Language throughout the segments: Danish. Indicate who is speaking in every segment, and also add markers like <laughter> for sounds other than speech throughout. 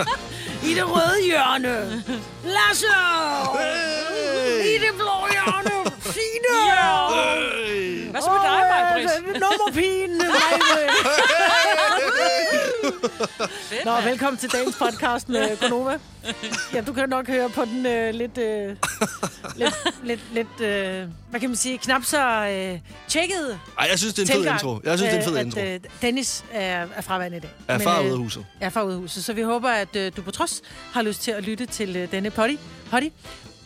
Speaker 1: <laughs>
Speaker 2: I det røde hjørne. Lasse! I det blå hjørne. Signe!
Speaker 3: Hvad så med dig,
Speaker 2: Åh,
Speaker 3: Maja Britt?
Speaker 2: øh, Nummerpigen.
Speaker 3: Fedt,
Speaker 2: Nå,
Speaker 3: mand.
Speaker 2: velkommen til dagens podcast med Konoma. Ja, du kan nok høre på den øh, lidt, øh, lidt, lidt, lidt øh, hvad kan man sige, knap så øh, tjekket
Speaker 4: Ej, jeg synes, det er en fed
Speaker 2: tilgang,
Speaker 4: intro. Jeg synes, det er en fed
Speaker 2: øh,
Speaker 4: intro.
Speaker 2: at, øh, Dennis er, er fraværende i dag.
Speaker 4: Er far
Speaker 2: øh,
Speaker 4: ude af huset.
Speaker 2: Er far ude af huset. Så vi håber, at øh, du på trods har lyst til at lytte til øh, denne potty, potty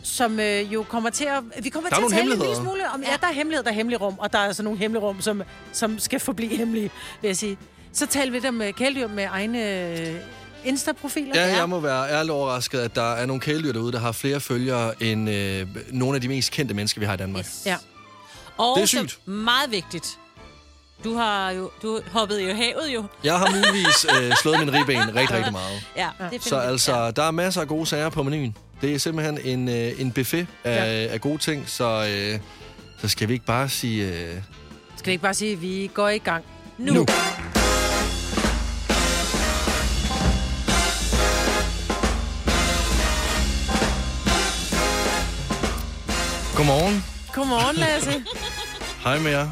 Speaker 2: som øh, jo kommer til at... Vi kommer
Speaker 4: Der er
Speaker 2: til at
Speaker 4: nogle
Speaker 2: tale en lille
Speaker 4: hemmeligheder.
Speaker 2: smule om... Ja, der er hemmeligheder, der er hemmelige rum, og der er altså nogle hemmelige rum, som, som skal forblive hemmelige, vil jeg sige. Så taler vi lidt om øh, kæledyr med egne øh, Insta-profiler.
Speaker 4: Ja, jeg må være ærligt overrasket, at der er nogle kæledyr derude, der har flere følgere end øh, nogle af de mest kendte mennesker, vi har i Danmark.
Speaker 3: Yes.
Speaker 2: Ja.
Speaker 3: Og
Speaker 4: Det er sygt.
Speaker 3: Så meget vigtigt. Du har jo du hoppede jo i havet jo.
Speaker 4: Jeg har muligvis øh,
Speaker 2: <laughs>
Speaker 4: slået min ribben rigtig, rigtig meget.
Speaker 3: Ja, det finder
Speaker 4: Så
Speaker 3: vi.
Speaker 4: altså, der er masser af gode sager på menuen. Det er simpelthen en, øh, en buffet af, af gode ting, så, øh, så skal vi ikke bare sige... Øh,
Speaker 2: Skal vi ikke bare sige, at vi går i gang?
Speaker 3: nu.
Speaker 4: Nu.
Speaker 3: nu.
Speaker 4: godmorgen,
Speaker 2: Godmorgen,
Speaker 4: <laughs>
Speaker 2: Lasse.
Speaker 4: hej med jer.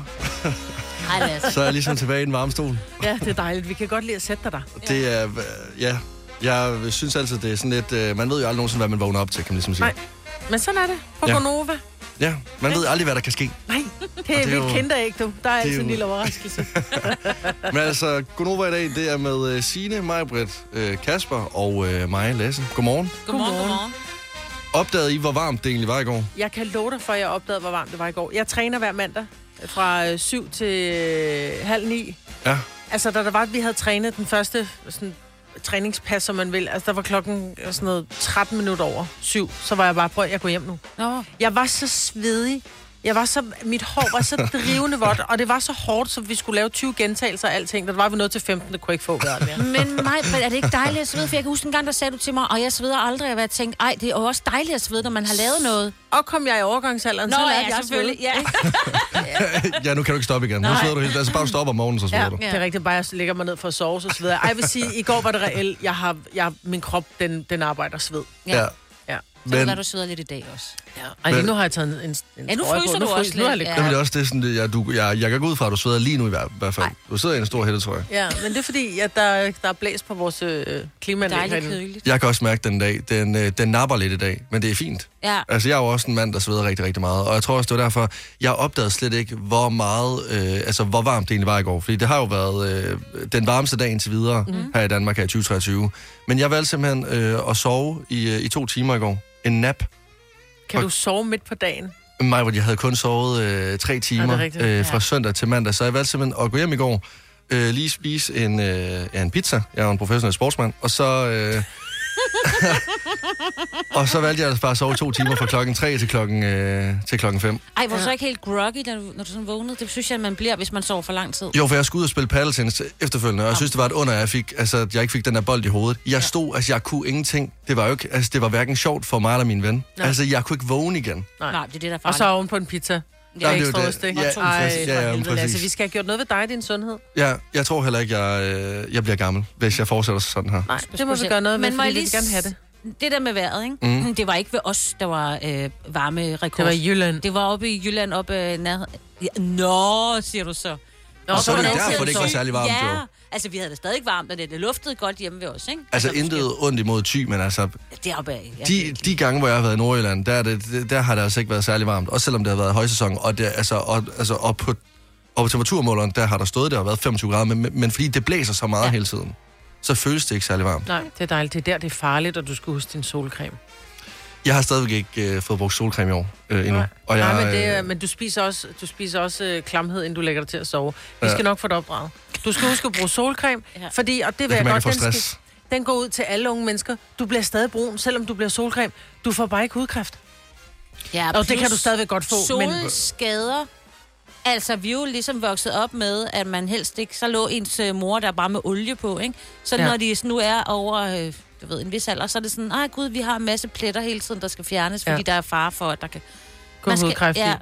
Speaker 3: Hej, Lasse.
Speaker 4: Så er jeg
Speaker 2: <laughs>
Speaker 4: ligesom tilbage i den varme stol.
Speaker 2: ja, det er dejligt. Vi kan godt lide at sætte dig der.
Speaker 4: Det er... Øh, ja, jeg synes altid, det er sådan lidt... Øh, man ved jo aldrig nogensinde, hvad man vågner op til, kan man ligesom sige.
Speaker 2: Nej. Men sådan er det. På
Speaker 4: Ja.
Speaker 2: ja. Gonova.
Speaker 4: Ja, man ved aldrig, hvad der kan ske.
Speaker 2: Nej, det er,
Speaker 4: det er
Speaker 2: vi
Speaker 4: jo-
Speaker 2: kender ikke, du. Der er altid
Speaker 4: jo-
Speaker 2: en lille overraskelse.
Speaker 4: Men altså, Gunova i dag, det er med øh, Signe, mig, Britt, øh, Kasper og øh, mig, Lasse. Godmorgen.
Speaker 3: Godmorgen,
Speaker 2: Godmorgen.
Speaker 3: godmorgen.
Speaker 4: Opdagede I, hvor varmt det egentlig var i går?
Speaker 2: Jeg kan love dig for, at jeg opdagede, hvor varmt det var i går. Jeg træner hver mandag fra øh, 7 til øh, halv 9.
Speaker 4: Ja.
Speaker 2: Altså, da der var, at vi havde trænet den første sådan, træningspas, som man vil. Altså, der var klokken øh, sådan noget 13 minutter over 7. Så var jeg bare, prøv, jeg går hjem nu.
Speaker 3: Nå,
Speaker 2: Jeg var så svedig. Jeg var så, mit hår var så drivende vådt, og det var så hårdt, så vi skulle lave 20 gentagelser af alting. Da der var vi nået til 15, det kunne jeg ikke få vejret mere.
Speaker 1: Men mig, er det ikke dejligt at svede? For jeg kan huske en gang, der sagde du til mig, og jeg sveder aldrig, og jeg tænkte, ej, det er jo også dejligt at svede, når man har lavet noget.
Speaker 2: Og kom jeg i overgangsalderen,
Speaker 3: Nå
Speaker 2: så lærte jeg
Speaker 3: ja,
Speaker 2: at svede.
Speaker 3: selvfølgelig.
Speaker 1: <laughs>
Speaker 3: Ja.
Speaker 4: <laughs> ja, nu kan du ikke stoppe igen. Nu
Speaker 3: Nej.
Speaker 4: sveder du helt. Altså, bare stop om morgenen, så sveder
Speaker 2: Ja,
Speaker 4: du.
Speaker 2: det er rigtigt. Bare jeg lægger mig ned for at sove, så sveder jeg. Ej, jeg vil sige, i går var det reelt. Jeg har, jeg, min krop, den, den arbejder sved.
Speaker 3: Ja.
Speaker 4: Ja.
Speaker 2: Ja.
Speaker 3: Så
Speaker 4: Men
Speaker 3: lader du sveder lidt i dag også.
Speaker 2: ja. Ej,
Speaker 4: Men-
Speaker 2: lige nu har jeg taget en, en, en
Speaker 3: Ja, nu
Speaker 2: trøje på.
Speaker 3: fryser
Speaker 2: nu
Speaker 3: du
Speaker 2: frys-
Speaker 3: også
Speaker 2: Nu er jeg
Speaker 3: lidt,
Speaker 2: lidt
Speaker 3: ja.
Speaker 2: ja.
Speaker 4: jamen, det er også det, sådan, det, jeg, du, jeg, jeg kan gå ud fra, at du sveder lige nu i hvert, hvert fald. Du sidder i en stor hætte, tror jeg.
Speaker 2: ja, men det er fordi, at der, der er blæst på vores øh, klimaanlæg.
Speaker 3: Dejligt
Speaker 2: herinde.
Speaker 3: køligt.
Speaker 4: Jeg kan også mærke den i dag. Den, øh, den napper lidt i dag, men det er fint.
Speaker 3: Ja.
Speaker 4: Altså, jeg er jo også en mand, der sveder rigtig, rigtig meget. Og jeg tror også, det var derfor, jeg opdagede slet ikke, hvor meget, øh, altså, hvor varmt det egentlig var i går. Fordi det har jo været øh, den varmeste dag indtil videre mm. her i Danmark her i 2023. Men jeg valgte simpelthen øh, at sove i, øh, i to timer i går. En nap.
Speaker 2: Kan du sove midt på dagen?
Speaker 4: Mig, hvor jeg havde kun sovet øh, tre timer
Speaker 2: rigtigt?
Speaker 4: øh, fra
Speaker 3: Ja.
Speaker 4: søndag til mandag. Så jeg valgte simpelthen at gå hjem i går, øh, lige spise en, øh, ja, en pizza. Jeg er jo en professionel sportsmand. Og så... Øh, <laughs> og så valgte jeg altså bare at sove to timer fra klokken 3 til klokken, øh, til klokken 5.
Speaker 3: Ej, var du så ikke helt groggy, da du, når du sådan vågnede? Det synes jeg, man bliver, hvis man sover for lang tid.
Speaker 4: Jo, for jeg skulle ud og spille paddeltennis efterfølgende, og jeg synes, det var et under, at jeg, fik, altså, at jeg ikke fik den der bold i hovedet. Jeg stod, altså jeg kunne ingenting. Det var jo ikke, altså det var hverken sjovt for mig eller min ven.
Speaker 2: Nej.
Speaker 4: Altså jeg kunne ikke vågne igen.
Speaker 2: Nej.
Speaker 3: Nej, det er det, der er
Speaker 2: Og så
Speaker 3: farligt.
Speaker 2: oven på en pizza.
Speaker 4: det er
Speaker 2: Ja,
Speaker 4: jo
Speaker 2: ekstra
Speaker 4: det.
Speaker 2: ost, ikke?
Speaker 4: Ja,
Speaker 2: Ej,
Speaker 4: præcis. Ja, ja,
Speaker 2: for helvede,
Speaker 4: præcis.
Speaker 2: Lasse, altså, vi skal have gjort noget ved dig og din sundhed.
Speaker 4: Jeg, jeg tror heller ikke, jeg, øh, jeg bliver gammel, hvis jeg fortsætter sådan her.
Speaker 2: Nej, det må vi gøre noget med,
Speaker 3: Men må
Speaker 2: fordi
Speaker 3: jeg
Speaker 2: vi vil
Speaker 3: lige
Speaker 2: gerne have det.
Speaker 3: s- Det der med vejret, ikke?
Speaker 4: Mhm.
Speaker 3: Mm. Det var ikke ved os, der var øh, varme rekord.
Speaker 2: Det var i Jylland.
Speaker 3: Det var oppe i Jylland, oppe øh, nær... Ja, Nå, siger du så.
Speaker 2: Nå,
Speaker 4: så er det jo
Speaker 3: hvordan
Speaker 4: derfor,
Speaker 3: ser
Speaker 4: det ikke var
Speaker 3: så ud?
Speaker 4: særlig varmt,
Speaker 3: Ja,
Speaker 4: jo.
Speaker 3: altså vi havde det stadig varmt, og det, det luftede godt hjemme ved os, ikke?
Speaker 4: Altså intet ondt imod ty, men altså,
Speaker 3: Det er oppe af. Ja.
Speaker 4: de, de gange, hvor jeg har været i Nordjylland, der, er det, der har det altså ikke været særlig varmt. Også selvom det har været højsæson, og, det, altså, og, altså, og på, og på temperaturmåleren, der har der stået, der har været 25 grader, men, men fordi det blæser så meget ja. hele tiden, så føles det ikke særlig varmt.
Speaker 2: Nej, det er dejligt. Det er der, det er farligt, og du skal huske din solcreme.
Speaker 4: Jeg har stadigvæk ikke øh, fået brugt solcreme i år øh, endnu.
Speaker 2: Nej.
Speaker 4: Og jeg,
Speaker 2: Nej, men, det, er-
Speaker 4: øh,
Speaker 2: men du spiser også, du spiser også øh, klamhed, inden du lægger dig til at sove. Vi
Speaker 4: Ja.
Speaker 2: skal nok få det opdraget. Du skal huske at bruge solcreme,
Speaker 3: <laughs> Ja.
Speaker 2: fordi, og det vil jeg,
Speaker 4: jeg kan mærke,
Speaker 2: godt,
Speaker 4: at jeg
Speaker 2: den,
Speaker 4: får stress.
Speaker 2: den går ud til alle unge mennesker. Du bliver stadig brun, selvom du bliver solcreme. Du får bare ikke hudkræft.
Speaker 3: Ja,
Speaker 2: Og det
Speaker 3: plus
Speaker 2: kan du stadigvæk godt få, men-
Speaker 3: Solskader. Altså, vi er jo ligesom vokset op med, at man helst ikke... Så lå ens øh, mor der bare med olie på, ikke? Så
Speaker 2: Ja.
Speaker 3: ja. når de sådan nu er over øh, du ved, en vis alder, så er det sådan, nej gud, vi har en masse pletter hele tiden, der skal fjernes, fordi
Speaker 2: Ja.
Speaker 3: ja. der er fare for, at der kan...
Speaker 2: Gå hudkræft i.
Speaker 3: ja,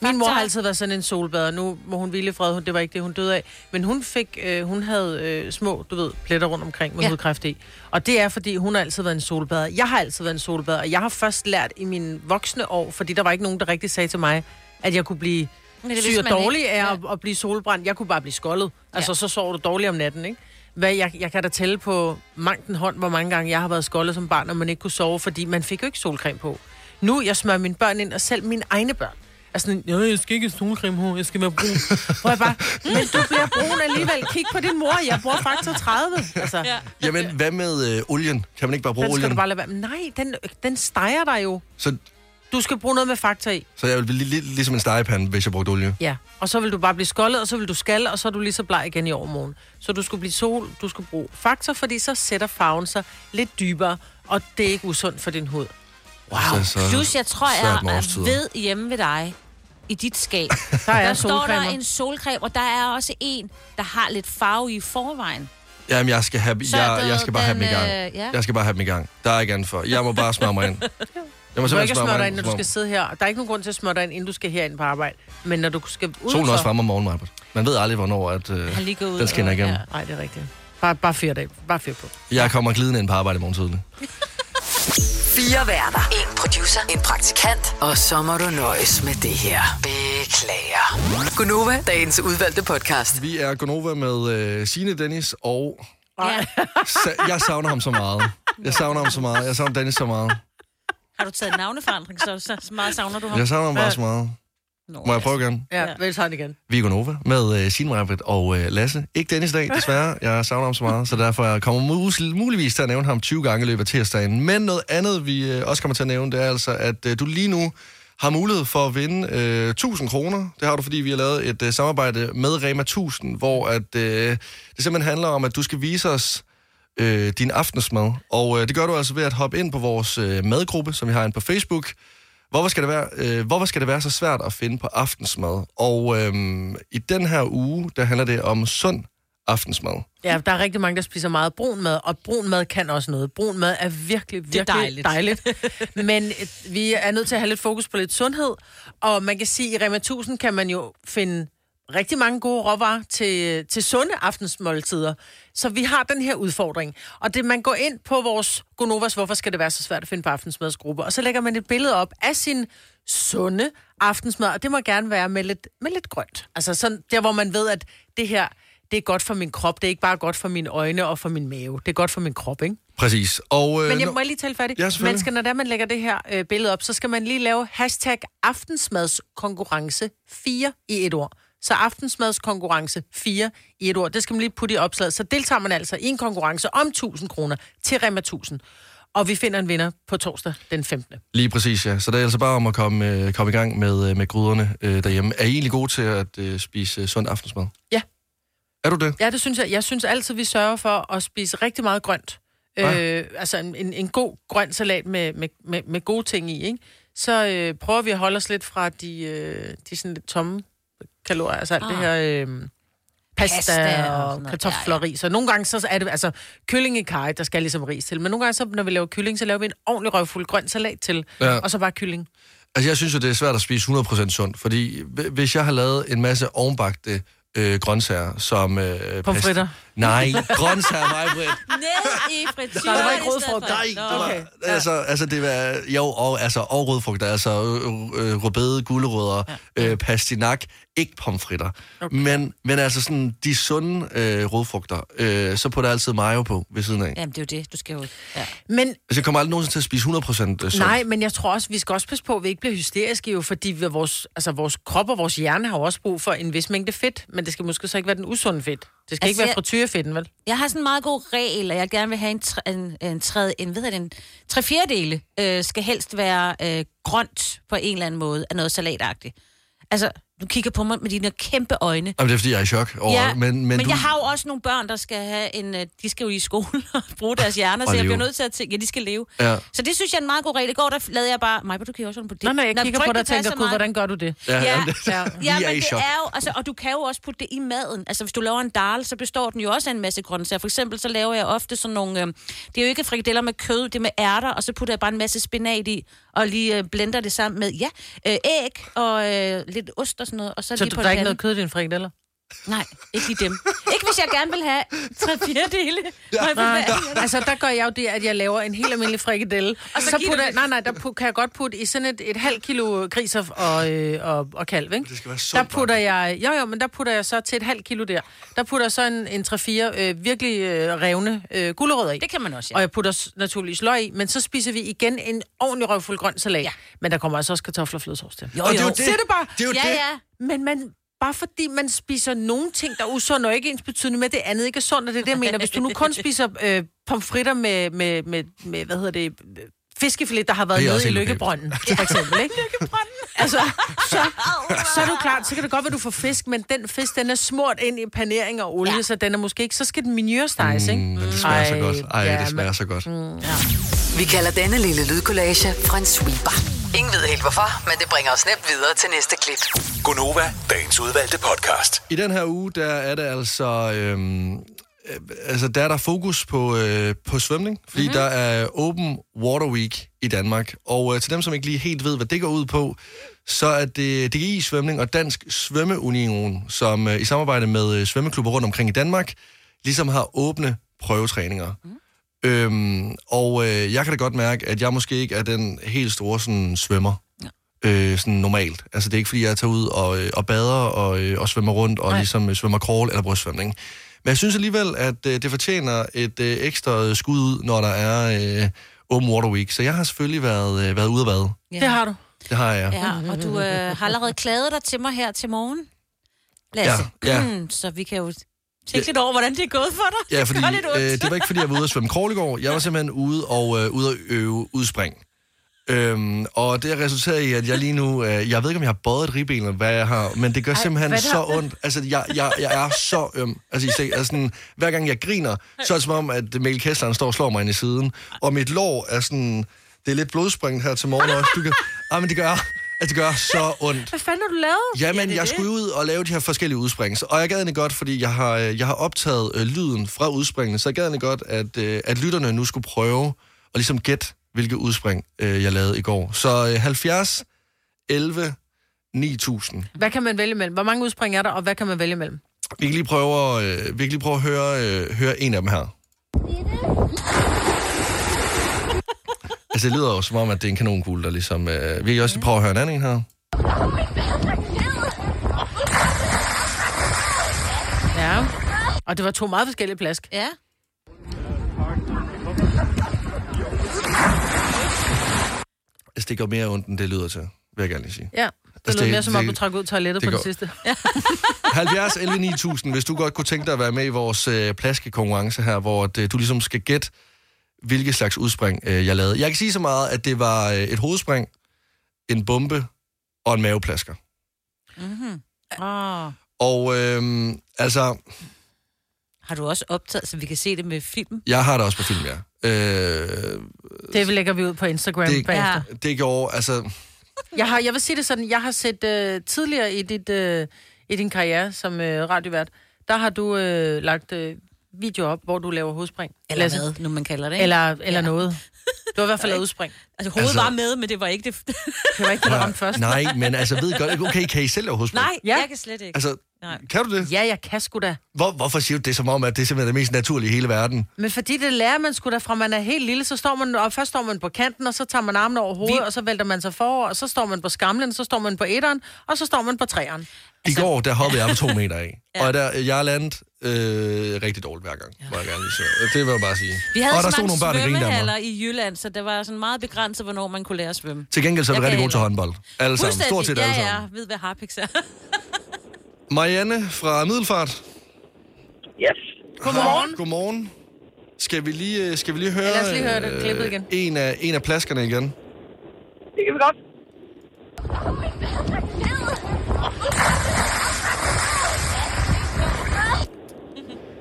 Speaker 2: Min mor har altså altid været sådan en solbader. Nu må hun hvile i fred. Hun- Det var ikke det, hun døde af. Men hun fik, øh, hun havde øh, små, du ved, pletter rundt omkring med ja.
Speaker 1: Ja.
Speaker 2: hudkræft i. Og det er, fordi hun har altid været en solbader. Jeg har altid været en solbader. Og jeg har først lært i mine voksne år, fordi der var ikke nogen, der rigtig sagde til mig, at jeg kunne blive
Speaker 3: Men det vidste
Speaker 2: syg og
Speaker 3: man ikke.
Speaker 2: dårlig af at, at blive solbrændt. Jeg kunne bare blive skoldet. Altså, så sover du dårligt om natten, ikke? Hvad, jeg, jeg kan da tælle på manken hånd, hvor mange gange jeg har været skoldet som barn, og man ikke kunne sove, fordi man fik jo ikke solcreme på. Nu, jeg smører mine børn ind, og selv mine egne børn. Altså, sådan, "Nå, jeg skal ikke have solcreme på, jeg skal være brun.
Speaker 3: <laughs>
Speaker 2: Hvor jeg bare, men du bliver brun alligevel. Kig på din mor, jeg bruger faktor 30. Altså, ja.
Speaker 4: <laughs> Jamen, hvad med øh, olien? Kan man ikke bare bruge
Speaker 2: den skal
Speaker 4: olien?
Speaker 2: du bare lade være. Men Nej, den, den steger dig jo.
Speaker 4: Så,
Speaker 2: Du skal bruge noget med faktor i.
Speaker 4: så jeg ville blive li- li- ligesom en stegepande, hvis jeg brugte olie.
Speaker 2: Ja, og så vil du bare blive skoldet, og så vil du skalle, og så er du lige så bleg igen i overmorgen. Så du skulle blive sol, du skulle bruge faktor, fordi så sætter farven sig lidt dybere, og det er ikke usundt for din hud.
Speaker 4: Wow. Så, så,
Speaker 3: Plus, jeg tror,
Speaker 4: svært
Speaker 3: jeg
Speaker 4: med
Speaker 3: er
Speaker 4: årstider.
Speaker 3: ved hjemme ved dig, i dit
Speaker 2: <laughs>
Speaker 3: skab,
Speaker 2: Der er
Speaker 3: <laughs> der står der
Speaker 2: solcremer.
Speaker 3: en solcreme, og der er også en, der har lidt farve i forvejen.
Speaker 4: Jamen, jeg skal, have,
Speaker 3: Så er
Speaker 4: jeg,
Speaker 3: det
Speaker 4: jeg skal bare have dem i
Speaker 3: den,
Speaker 4: gang.
Speaker 3: øh, ja.
Speaker 4: Jeg skal bare have dem i gang. Der er ikke andet for. Jeg må bare smøre mig ind. Jeg må
Speaker 2: Du må ikke
Speaker 4: simpelthen smøre
Speaker 2: smøre dig
Speaker 4: mig
Speaker 2: ind,
Speaker 4: ind.
Speaker 2: når du
Speaker 4: som om-
Speaker 2: skal sidde her. Der er ikke nogen grund til at smøre dig ind, inden du skal herind på arbejde. Men når du skal ud
Speaker 4: Solen er også fremme om morgenen, Majbert. Man ved aldrig, hvornår at, øh,
Speaker 3: Han lige går ud.
Speaker 4: den skinner
Speaker 3: og-
Speaker 4: igennem.
Speaker 3: ja.
Speaker 2: Nej, det er rigtigt. Bare, bare fyr dig. Bare fyr på.
Speaker 4: Jeg kommer glidende ind på arbejde i morgen tidlig.
Speaker 5: Fire værter. En producer. En praktikant. Og så må du nøjes med det her. Beklager. Gunova, dagens udvalgte podcast.
Speaker 4: Vi er Gonova med øh, Signe, Dennis og...
Speaker 3: Ja.
Speaker 4: Sa- jeg savner ham så meget. Jeg savner ham så meget. Jeg savner Dennis så meget.
Speaker 3: Har du taget navneforandring, så, så, så meget savner du ham?
Speaker 4: Jeg savner ham bare så meget.
Speaker 3: Nå,
Speaker 4: Må jeg prøve igen?
Speaker 2: Ja,
Speaker 3: Ja.
Speaker 2: ja. vel, så han igen.
Speaker 4: Vi er Gonova med øh, Signe, Majbert og øh, Lasse. Ikke Dennis i dag, desværre. Jeg savner ham så meget, så derfor kommer jeg mus- muligvis til at nævne ham 20 gange i løbet af tirsdagen. Men noget andet, vi øh, også kommer til at nævne, det er altså, at øh, du lige nu har mulighed for at vinde øh, 1000 kroner. Det har du, fordi vi har lavet et øh, samarbejde med Rema 1000, hvor at, øh, det simpelthen handler om, at du skal vise os, øh, din aftensmad. Og øh, det gør du altså ved at hoppe ind på vores øh, madgruppe, som vi har inde på Facebook. Hvorfor skal, det være, øh, hvorfor skal det være så svært at finde på aftensmad? Og øh, i den her uge, der handler det om sund aftensmad.
Speaker 2: Ja, der er rigtig mange, der spiser meget brun mad, og brun mad kan også noget. Brun mad er virkelig, virkelig det er dejligt.
Speaker 3: dejligt.
Speaker 2: dejligt. Men øh, vi er nødt til at have lidt fokus på lidt sundhed, og man kan sige, at i Rema 1000 kan man jo finde rigtig mange gode råvarer til, til sunde aftensmåltider. Så vi har den her udfordring. Og det, man går ind på vores Gonovas, hvorfor skal det være så svært at finde på aftensmadsgruppe, og så lægger man et billede op af sin sunde aftensmad, og det må gerne være med lidt, med lidt grønt. Altså sådan, der, hvor man ved, at det her, det er godt for min krop, det er ikke bare godt for mine øjne og for min mave, det er godt for min krop, ikke?
Speaker 4: Præcis. Og, øh,
Speaker 2: Men jeg
Speaker 4: nu-
Speaker 2: må jeg lige tale færdig.
Speaker 4: Ja, selvfølgelig.
Speaker 2: man skal, når det er, man lægger det her øh, billede op, så skal man lige lave hashtag aftensmadskonkurrence 4 i et ord. Så aftensmadskonkurrence 4 i et ord. Det skal man lige putte i opslaget. Så deltager man altså i en konkurrence om 1000 kroner til Rema 1000. Og vi finder en vinder på torsdag den 15.
Speaker 4: Lige præcis, ja. Så det er altså bare om at komme, øh, komme i gang med, øh, med gryderne øh, derhjemme. Er I egentlig gode til at øh, spise øh, sund aftensmad?
Speaker 2: Ja.
Speaker 4: Er du det?
Speaker 2: Ja, det synes jeg. Jeg synes altid, vi sørger for at spise rigtig meget grønt.
Speaker 4: Ja.
Speaker 2: Øh, altså en, en, en god grøn salat med, med, med, med gode ting i, ikke? Så øh, prøver vi at holde os lidt fra de, øh, de sådan lidt tomme kalorier, altså alt ah. det her øh, pasta,
Speaker 3: Pasta
Speaker 2: pasta
Speaker 3: og
Speaker 2: og,
Speaker 3: sådan noget.
Speaker 2: kartofler og ris. Og nogle gange så er det, altså kylling i kaj, der skal ligesom ris til. Men nogle gange så, når vi laver kylling, så laver vi en ordentlig røvfuld grøn salat til.
Speaker 4: Ja.
Speaker 2: Ja. Og så bare kylling.
Speaker 4: Altså, jeg synes jo, det er svært at spise 100% sundt, fordi hv- hvis jeg har lavet en masse ovenbagte øh, grøntsager, som... Øh,
Speaker 2: Pomfritter.
Speaker 4: pasta- Nej, grøntsager, mig, Britt. <laughs>
Speaker 3: Ned i frityr.
Speaker 2: Nej, det var ikke
Speaker 3: i stedet
Speaker 2: rodfrugt.
Speaker 3: for.
Speaker 4: Nej, det
Speaker 3: Nå.
Speaker 4: var... Okay. Altså, altså, det var... Jo, og, altså, og rødfrugter, altså øh, øh, rødbede, gulerødder, øh, pastinak, ikke pomfritter. Okay. Men, men altså sådan, de sunde øh, rødfrugter, øh, så putter jeg altid mayo på ved siden af.
Speaker 3: Jamen, det er jo det. Du skal jo... Ja.
Speaker 2: Men
Speaker 4: Altså, jeg kommer aldrig nogensinde til at spise øh, 100% sundt.
Speaker 2: Nej, men jeg tror også, vi skal også passe på, at vi ikke bliver hysteriske jo, fordi vi, vores, altså, vores krop og vores hjerne har jo også brug for en vis mængde fedt, men det skal måske så ikke være den usunde fedt. Det skal altså,
Speaker 3: Altså,
Speaker 2: ikke være
Speaker 3: jeg-
Speaker 2: frityrefedten, vel?
Speaker 3: Jeg har sådan en meget god regel, at jeg gerne vil have en, tre, en, en, tredje, en, ved jeg, det, en tre fjerdedele øh, skal helst være øh, grønt på en eller anden måde af noget salatagtigt. Altså, du kigger på mig med dine kæmpe øjne.
Speaker 4: Jamen, det er, fordi jeg er i chok over
Speaker 3: ja,
Speaker 4: det, men, men,
Speaker 3: men
Speaker 4: du...
Speaker 3: jeg har jo også nogle børn, der skal have en... øh, De skal jo i skole <laughs> og bruge deres hjerner,
Speaker 4: Og
Speaker 3: så jeg
Speaker 4: leve.
Speaker 3: bliver nødt til at tænke, ja, de skal leve.
Speaker 4: Ja.
Speaker 3: Så det synes jeg er en meget god regel. I går der lavede jeg bare... Maja, du kan jo også have den på det.
Speaker 2: Nå, når jeg
Speaker 3: Nå,
Speaker 2: kigger
Speaker 3: tryk,
Speaker 2: på dig
Speaker 3: det
Speaker 2: og
Speaker 3: passer
Speaker 2: tænker, gud,
Speaker 3: meget.
Speaker 2: hvordan gør du det?
Speaker 4: Ja,
Speaker 3: Ja,
Speaker 2: <laughs> Ja.
Speaker 3: ja.
Speaker 4: <laughs> Vi
Speaker 3: ja
Speaker 4: er
Speaker 3: men
Speaker 4: i
Speaker 3: det
Speaker 4: chok.
Speaker 3: er jo, altså, og du kan jo også putte det i maden. Altså, hvis du laver en dal, så består den jo også af en masse grøntsager. For eksempel, så laver jeg ofte sådan nogle... Øh, det er jo ikke frikadeller med kød, det er med ærter, og så putter jeg bare en masse spinat i, og lige øh, blender det sammen med, ja, øh, æg og øh, lidt ost og sådan noget. Og så,
Speaker 2: Så
Speaker 3: lige
Speaker 2: du,
Speaker 3: på
Speaker 2: der er
Speaker 3: en
Speaker 2: ikke noget
Speaker 3: pande.
Speaker 2: kød i din frikadeller? <laughs>
Speaker 3: Nej, ikke lige dem. ikke hvis jeg gerne vil have tre fire dele. Ja,
Speaker 2: Nej, altså der gør jeg jo det, at jeg laver en helt almindelig frikadelle. og så, så
Speaker 3: giver du
Speaker 2: putter,
Speaker 3: det.
Speaker 2: nej, nej, der pu- kan jeg godt putte i sådan et, et halvt kilo gris og, og, øh, og, og kalv, ikke?
Speaker 4: Det skal være
Speaker 2: der
Speaker 4: sundt,
Speaker 2: putter jeg, jo jo, men der putter jeg så til et halvt kilo der. Der putter jeg så en, en 3-4 øh, virkelig øh, revne øh, gulerødder i.
Speaker 3: Det kan man også, ja.
Speaker 2: Og jeg putter s- naturligvis løg i, men så spiser vi igen en ordentlig røvfuld grøn salat. Ja.
Speaker 3: Ja.
Speaker 2: Men der kommer altså også kartofler og flødesovs til.
Speaker 4: Og det er jo
Speaker 2: Siger det bare.
Speaker 4: Det er jo
Speaker 3: ja,
Speaker 4: det.
Speaker 3: ja.
Speaker 2: Men man, bare fordi man spiser nogle ting, der er usunde, og ikke ens betydende med, at det andet ikke er sundt, og det er det, jeg mener. Hvis du nu <laughs> kun spiser øh, pomfritter med, med, med, med, hvad hedder det, øh, fiskefilet, der har været
Speaker 4: Det er
Speaker 2: nede i
Speaker 4: også helt okay.
Speaker 2: lykkebrønden, for eksempel,
Speaker 4: <laughs>
Speaker 2: ikke? altså, så, så er du klart, så kan det godt være, du får fisk, men den fisk, den er smurt ind i panering og olie, ja.
Speaker 3: Ja.
Speaker 2: så den er måske ikke, så skal den minjørstejes, ikke?
Speaker 4: Mm, men det smager så
Speaker 2: Ej,
Speaker 4: godt. Ej,
Speaker 2: ja,
Speaker 4: det
Speaker 2: men-
Speaker 4: smager så godt.
Speaker 5: Vi kalder denne lille lydkollage en sweeper. Ingen ved helt hvorfor, men det bringer os nemt videre til næste klip.
Speaker 6: Gunova, dagens udvalgte podcast.
Speaker 4: I den her uge, der er det altså... Øhm, øh, altså, der er der fokus på, øh, på svømning, fordi mm-hmm. der er Open Water Week i Danmark. Og øh, til dem, som ikke lige helt ved, hvad det går ud på, så er det DGI Svømning og Dansk Svømmeunion, som øh, i samarbejde med øh, svømmeklubber rundt omkring i Danmark, ligesom har åbne prøvetræninger. Mm. Øhm, og øh, jeg kan da godt mærke, at jeg måske ikke er den helt store sådan, svømmer øh, sådan normalt. Altså det er ikke fordi, jeg tager ud og, øh, og bader og, øh, og svømmer rundt og ligesom øh, svømmer crawl eller brystsvømning. Men jeg synes alligevel, at øh, det fortjener et øh, ekstra øh, skud ud, når der er øh, Open Water Week. Så jeg har selvfølgelig været, øh, været ude at bade.
Speaker 2: Det har du.
Speaker 4: Det har jeg.
Speaker 3: Ja, og du øh, har allerede klaget dig til mig her til morgen, Lasse.
Speaker 4: Ja, ja.
Speaker 3: Mm, så vi kan jo tænke lidt over, hvordan det er gået for dig. <laughs>
Speaker 4: Ja, fordi
Speaker 3: det gør lidt
Speaker 4: øh,
Speaker 3: ondt.
Speaker 4: det var ikke, fordi jeg var ude at svømme crawl i går. Jeg var simpelthen ude og øh, ude at øve udspring. Øhm, og det har resulteret i, at jeg lige nu... Øh, jeg ved ikke, om jeg har bøjet et ribben, eller hvad jeg har, men det gør Ej, simpelthen
Speaker 2: hvad der-
Speaker 4: så ondt. Altså, jeg, jeg, jeg er så øm. Altså, I ser, altså sådan, hver gang jeg griner, så er det som om, at Mikkel Kessler han står og slår mig ind i siden. Og mit lår er sådan... Det er lidt blodspringt her til morgen også. Du kan, ah, men det gør, at det gør så ondt.
Speaker 2: Hvad fanden har du lavet? <laughs>
Speaker 4: Jamen, ja, jeg skulle ud og lave de her forskellige udspring, så- og jeg gad egentlig godt, fordi jeg har, øh, jeg har optaget øh, lyden fra udspringene, så jeg gad egentlig godt, at, øh, at lytterne nu skulle prøve at ligesom gætte, hvilket udspring øh, jeg lavede i går. Så øh, 70, 11, 9000.
Speaker 2: Hvad kan man vælge mellem? Hvor mange udspring er der, og hvad kan man vælge mellem?
Speaker 4: Vi kan lige prøve, at, øh, vi kan lige prøve at høre, øh, høre en af dem her. Altså, det lyder jo som om, at det er en kanonkugle, der ligesom... Øh, vi kan også lige prøve at høre en anden en her.
Speaker 2: Ja. Og det var to meget forskellige plask.
Speaker 3: Ja.
Speaker 4: Altså, det går mere ondt, end det lyder til, vil jeg gerne lige sige.
Speaker 2: Ja. Det
Speaker 4: Altså,
Speaker 2: lød
Speaker 4: det-
Speaker 2: mere som om,
Speaker 4: det-
Speaker 2: du trak ud toilettet
Speaker 4: det
Speaker 2: på det
Speaker 4: går-
Speaker 2: sidste.
Speaker 4: 70 11 9000, hvis du godt kunne tænke dig at være med i vores øh, plaskekonkurrence her, hvor at, øh, du ligesom skal gætte, hvilket slags udspring øh, jeg lavede. Jeg kan sige så meget, at det var øh, et hovedspring, en bombe og en maveplasker.
Speaker 2: Ah.
Speaker 3: Oh.
Speaker 4: Og øh, altså,
Speaker 3: Har du også optaget, så vi kan se det med film?
Speaker 4: jeg har det også på film, ja. Øh,
Speaker 2: Det lægger vi ud på Instagram det,
Speaker 4: det,
Speaker 2: bagefter.
Speaker 3: Ja.
Speaker 4: det gjorde, altså,
Speaker 2: Jeg, har, jeg vil sige det sådan, jeg har set øh, tidligere i, dit, øh, i din karriere som øh, radiovært, der har du øh, lagt øh, video op, hvor du laver hovedspring.
Speaker 3: Eller
Speaker 2: Lasse.
Speaker 3: hvad, nu man kalder det, ikke?
Speaker 2: Eller, eller ja. <laughs> noget. Du har i hvert fald lavet udspring.
Speaker 3: altså, hovedet
Speaker 4: Altså-
Speaker 3: altså... var med, men det var ikke det.
Speaker 2: Det var ikke det, der ramte først.
Speaker 4: nej, men altså, ved I godt, ikke? okay, kan I selv lave hovedspring?
Speaker 3: Nej,
Speaker 2: Ja.
Speaker 3: ja. jeg kan slet ikke.
Speaker 4: Altså,
Speaker 3: Nej.
Speaker 4: kan du det?
Speaker 2: Ja, jeg kan sgu da.
Speaker 4: Hvor, hvorfor siger du det som om, at det er simpelthen det mest naturlige i hele verden?
Speaker 2: Men fordi det lærer man sgu da fra, man er helt lille, så står man, og først står man på kanten, og så tager man armene over hovedet, Vi... og så vælter man sig forover, og så står man på skamlen, så står man på etteren, og så står man på treeren.
Speaker 4: I
Speaker 3: Altså-
Speaker 4: går, der hoppede jeg
Speaker 3: <laughs>
Speaker 4: på to meter af. ja. Og der, jeg landet øh, rigtig dårligt hver gang, må jeg gerne lige sige. Det vil jeg bare sige.
Speaker 3: Vi havde
Speaker 4: og der
Speaker 3: så
Speaker 4: stod
Speaker 3: mange
Speaker 4: nogle børn, der grinte af
Speaker 3: svømmehaller
Speaker 4: mig.
Speaker 3: i Jylland, så det var sådan meget begrænset, hvornår man kunne lære at svømme.
Speaker 4: Til gengæld så er vi
Speaker 3: Jeg
Speaker 4: rigtig
Speaker 3: kan
Speaker 4: gode til håndbold. Alle sammen. Stort set
Speaker 3: ja,
Speaker 4: alle
Speaker 3: ja,
Speaker 4: sammen.
Speaker 3: ved hvad harpiks
Speaker 4: <laughs>
Speaker 3: er.
Speaker 4: Marianne fra Middelfart.
Speaker 7: Yes.
Speaker 4: Godmorgen. Godmorgen. Skal vi lige, øh, skal vi lige høre, øh,
Speaker 2: lad os lige høre det klippet igen.
Speaker 4: en, af, en af plaskerne igen?
Speaker 7: Det kan vi godt.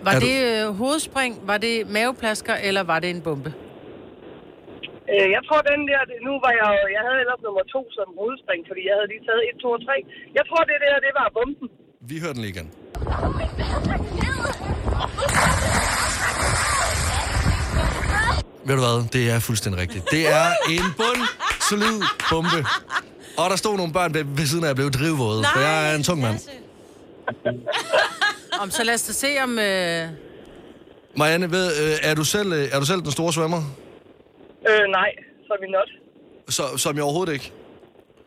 Speaker 2: Var
Speaker 4: Er du-
Speaker 2: det øh, hovedspring, var det maveplasker, eller var det en bombe?
Speaker 7: Øh, jeg tror, den der... det- Nu var jeg jo... Jeg havde ellers nummer to som hovedspring, fordi jeg havde lige taget 1, 2 og 3. Jeg tror, det der, det var bomben.
Speaker 4: Vi hører den lige igen. Ved du hvad? Det er fuldstændig rigtigt. Det er en bund solid bombe. Og der stod nogle børn ved, ved siden af, at jeg blev drivvåde, for jeg er en tung mand.
Speaker 2: <laughs> Om så lad os da se, om... Øh...
Speaker 4: Marianne, ved, øh, er, du selv, øh, er du selv den store svømmer?
Speaker 7: Øh, nej, så er vi not.
Speaker 4: Så, som jeg overhovedet ikke.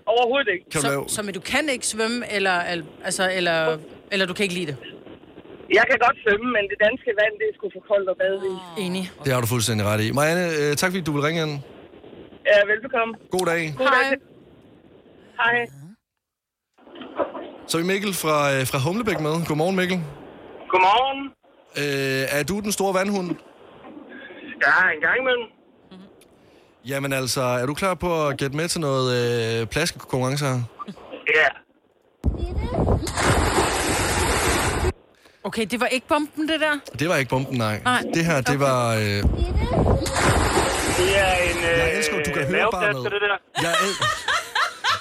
Speaker 7: Overhovedet ikke.
Speaker 4: Kan du lave...
Speaker 2: Som, som i, du kan ikke svømme, eller, al- altså, eller, eller du kan ikke lide det.
Speaker 7: Jeg kan godt svømme, men det danske vand, det er sgu for koldt at bade i.
Speaker 2: Enig.
Speaker 4: Det har du fuldstændig ret i. Marianne, øh, tak fordi du vil ringe ind.
Speaker 7: Ja, velbekomme.
Speaker 4: God dag.
Speaker 7: God dag.
Speaker 2: Hej.
Speaker 7: Hej.
Speaker 4: Så er vi Mikkel fra, øh, fra Humlebæk med. Godmorgen, Mikkel.
Speaker 7: Godmorgen.
Speaker 4: Øh, er du den store vandhund?
Speaker 7: Ja, en gang imellem.
Speaker 4: Jamen altså, er du klar på at gætte med til noget øh, plaskekonkurrence her?
Speaker 7: Ja.
Speaker 2: Okay, det var ikke bomben, det der?
Speaker 4: Det var ikke bomben, nej.
Speaker 2: Nej.
Speaker 4: Det her, det
Speaker 2: Okay.
Speaker 4: var... Øh,
Speaker 7: Det er en... øh,
Speaker 4: jeg elsker, at du
Speaker 8: Øh,
Speaker 4: kan høre barnet. Jeg, el-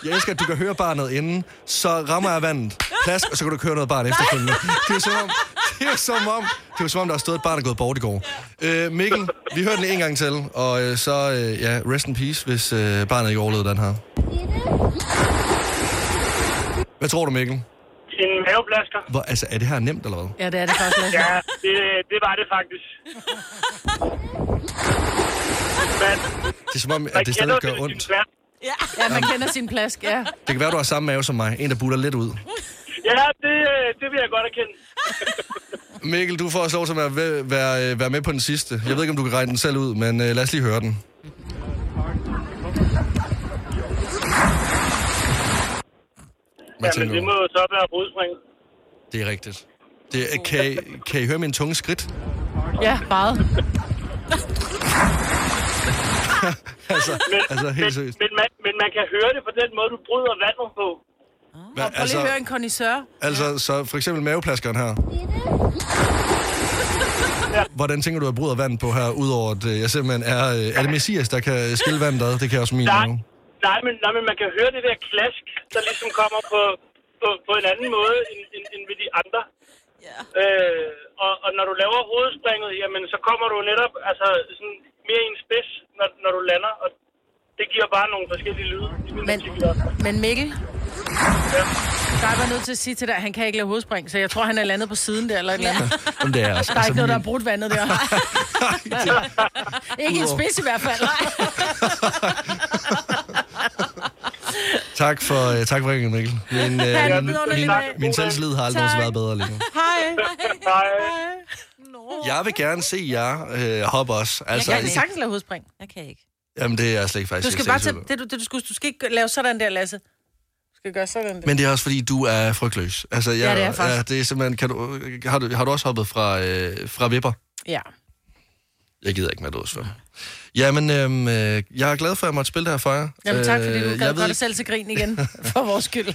Speaker 4: jeg elsker, at du kan høre barnet inden, så rammer jeg vandet. Plask, og så kan du køre noget barn efterfølgende. Det er som om, det er som om, det er som om der har stået et barn, der er gået bort i går. Øh, Mikkel, vi hørte den en gang til, og øh, så, øh, ja, rest in peace, hvis øh, barnet ikke overlevede den her. Hvad tror du, Mikkel?
Speaker 7: En maveplasker.
Speaker 4: Hvor, altså, er det her nemt, eller hvad?
Speaker 2: Ja, det er det faktisk. Lasse.
Speaker 7: Ja, det, det var det
Speaker 4: <laughs>
Speaker 7: faktisk. Men
Speaker 4: Det er som om, at det stadig gør ondt.
Speaker 2: Ja, man kender sin plask, ja.
Speaker 4: Det kan være, du har samme mave som mig. En, der butter lidt ud.
Speaker 7: Ja, det, øh, det vil jeg godt erkende.
Speaker 4: Mikkel, du får også lov til at være, være, være, øh, være med på den sidste. Jeg ved ikke, om du kan regne den selv ud, men øh, lad os lige høre den. Hvad
Speaker 7: Jamen,
Speaker 4: tænker
Speaker 7: det må
Speaker 4: du?
Speaker 7: jo så være hovedspring.
Speaker 4: Det er rigtigt. Det, er- kan, I- kan I høre min tunge skridt?
Speaker 2: Ja, meget.
Speaker 4: <laughs> Altså, altså helt seriøst.
Speaker 7: Men man, men man kan høre det på den måde, du bryder vandet på.
Speaker 4: Hva,
Speaker 2: Prøv lige
Speaker 4: altså,
Speaker 2: at høre en kondisør.
Speaker 4: altså, så for eksempel maveplaskeren
Speaker 2: <laughs>
Speaker 4: her. Hvordan tænker du, at bryder vand på her, udover at øh, jeg simpelthen er... øh, Er det Messias, der kan skille vandet ad? Det kan jeg også min
Speaker 7: Nej,
Speaker 4: nu.
Speaker 7: nej, men, nej, men man kan høre det der klask, der ligesom kommer på, på, på en anden måde end, end, end ved de andre. Øh, og, og når du laver hovedspringet, jamen, så kommer du netop altså, sådan mere i en spids, når, når du lander, og det giver bare nogle forskellige lyde. i min
Speaker 2: Men,
Speaker 7: optik i hvert fald.
Speaker 2: men Mikkel, der var nødt til at sige til dig, at han kan ikke lave hovedspring, så jeg tror, han er landet på siden der eller et eller andet.
Speaker 4: Jamen, det er altså,
Speaker 2: Der er ikke noget, der
Speaker 4: min-
Speaker 2: er brudt vandet
Speaker 4: <laughs>
Speaker 2: der. ikke i en spids i hvert fald.
Speaker 4: Tak for, uh, tak for ringen, Mikkel. Min,
Speaker 2: Ja,
Speaker 4: uh,
Speaker 2: det lyder
Speaker 4: min,
Speaker 2: lidt af.
Speaker 4: min selvslid har aldrig
Speaker 2: Tak.
Speaker 4: været bedre lige nu.
Speaker 2: Hej.
Speaker 7: Nej,
Speaker 4: Jeg vil gerne se jer uh, hoppe også. Altså,
Speaker 2: Jeg kan sagtens lave hovedspring.
Speaker 3: Jeg kan ikke.
Speaker 4: jamen, det er jeg slet ikke faktisk
Speaker 2: Du skal
Speaker 4: ikke
Speaker 2: bare
Speaker 4: sikker
Speaker 2: tage
Speaker 4: på.
Speaker 2: det, du, det, du skulle. Du skal ikke lave sådan der, Lasse. Du skal gøre sådan der.
Speaker 4: Men det er også fordi, du er frygtløs. Altså, jeg,
Speaker 2: Ja, det er jeg faktisk.
Speaker 4: Ja, det er simpelthen, kan du, har, du, har du også hoppet fra, øh, fra vipper?
Speaker 2: Ja.
Speaker 4: Jeg gider ikke med at svømme. Jamen, øhm, øh, jeg er glad for, at jeg måtte spille det her for jer.
Speaker 2: Jamen tak, fordi
Speaker 4: Øh,
Speaker 2: du
Speaker 4: jeg
Speaker 2: gad
Speaker 4: ved
Speaker 2: godt dig selv til grin igen. For vores
Speaker 4: <laughs>
Speaker 2: skyld.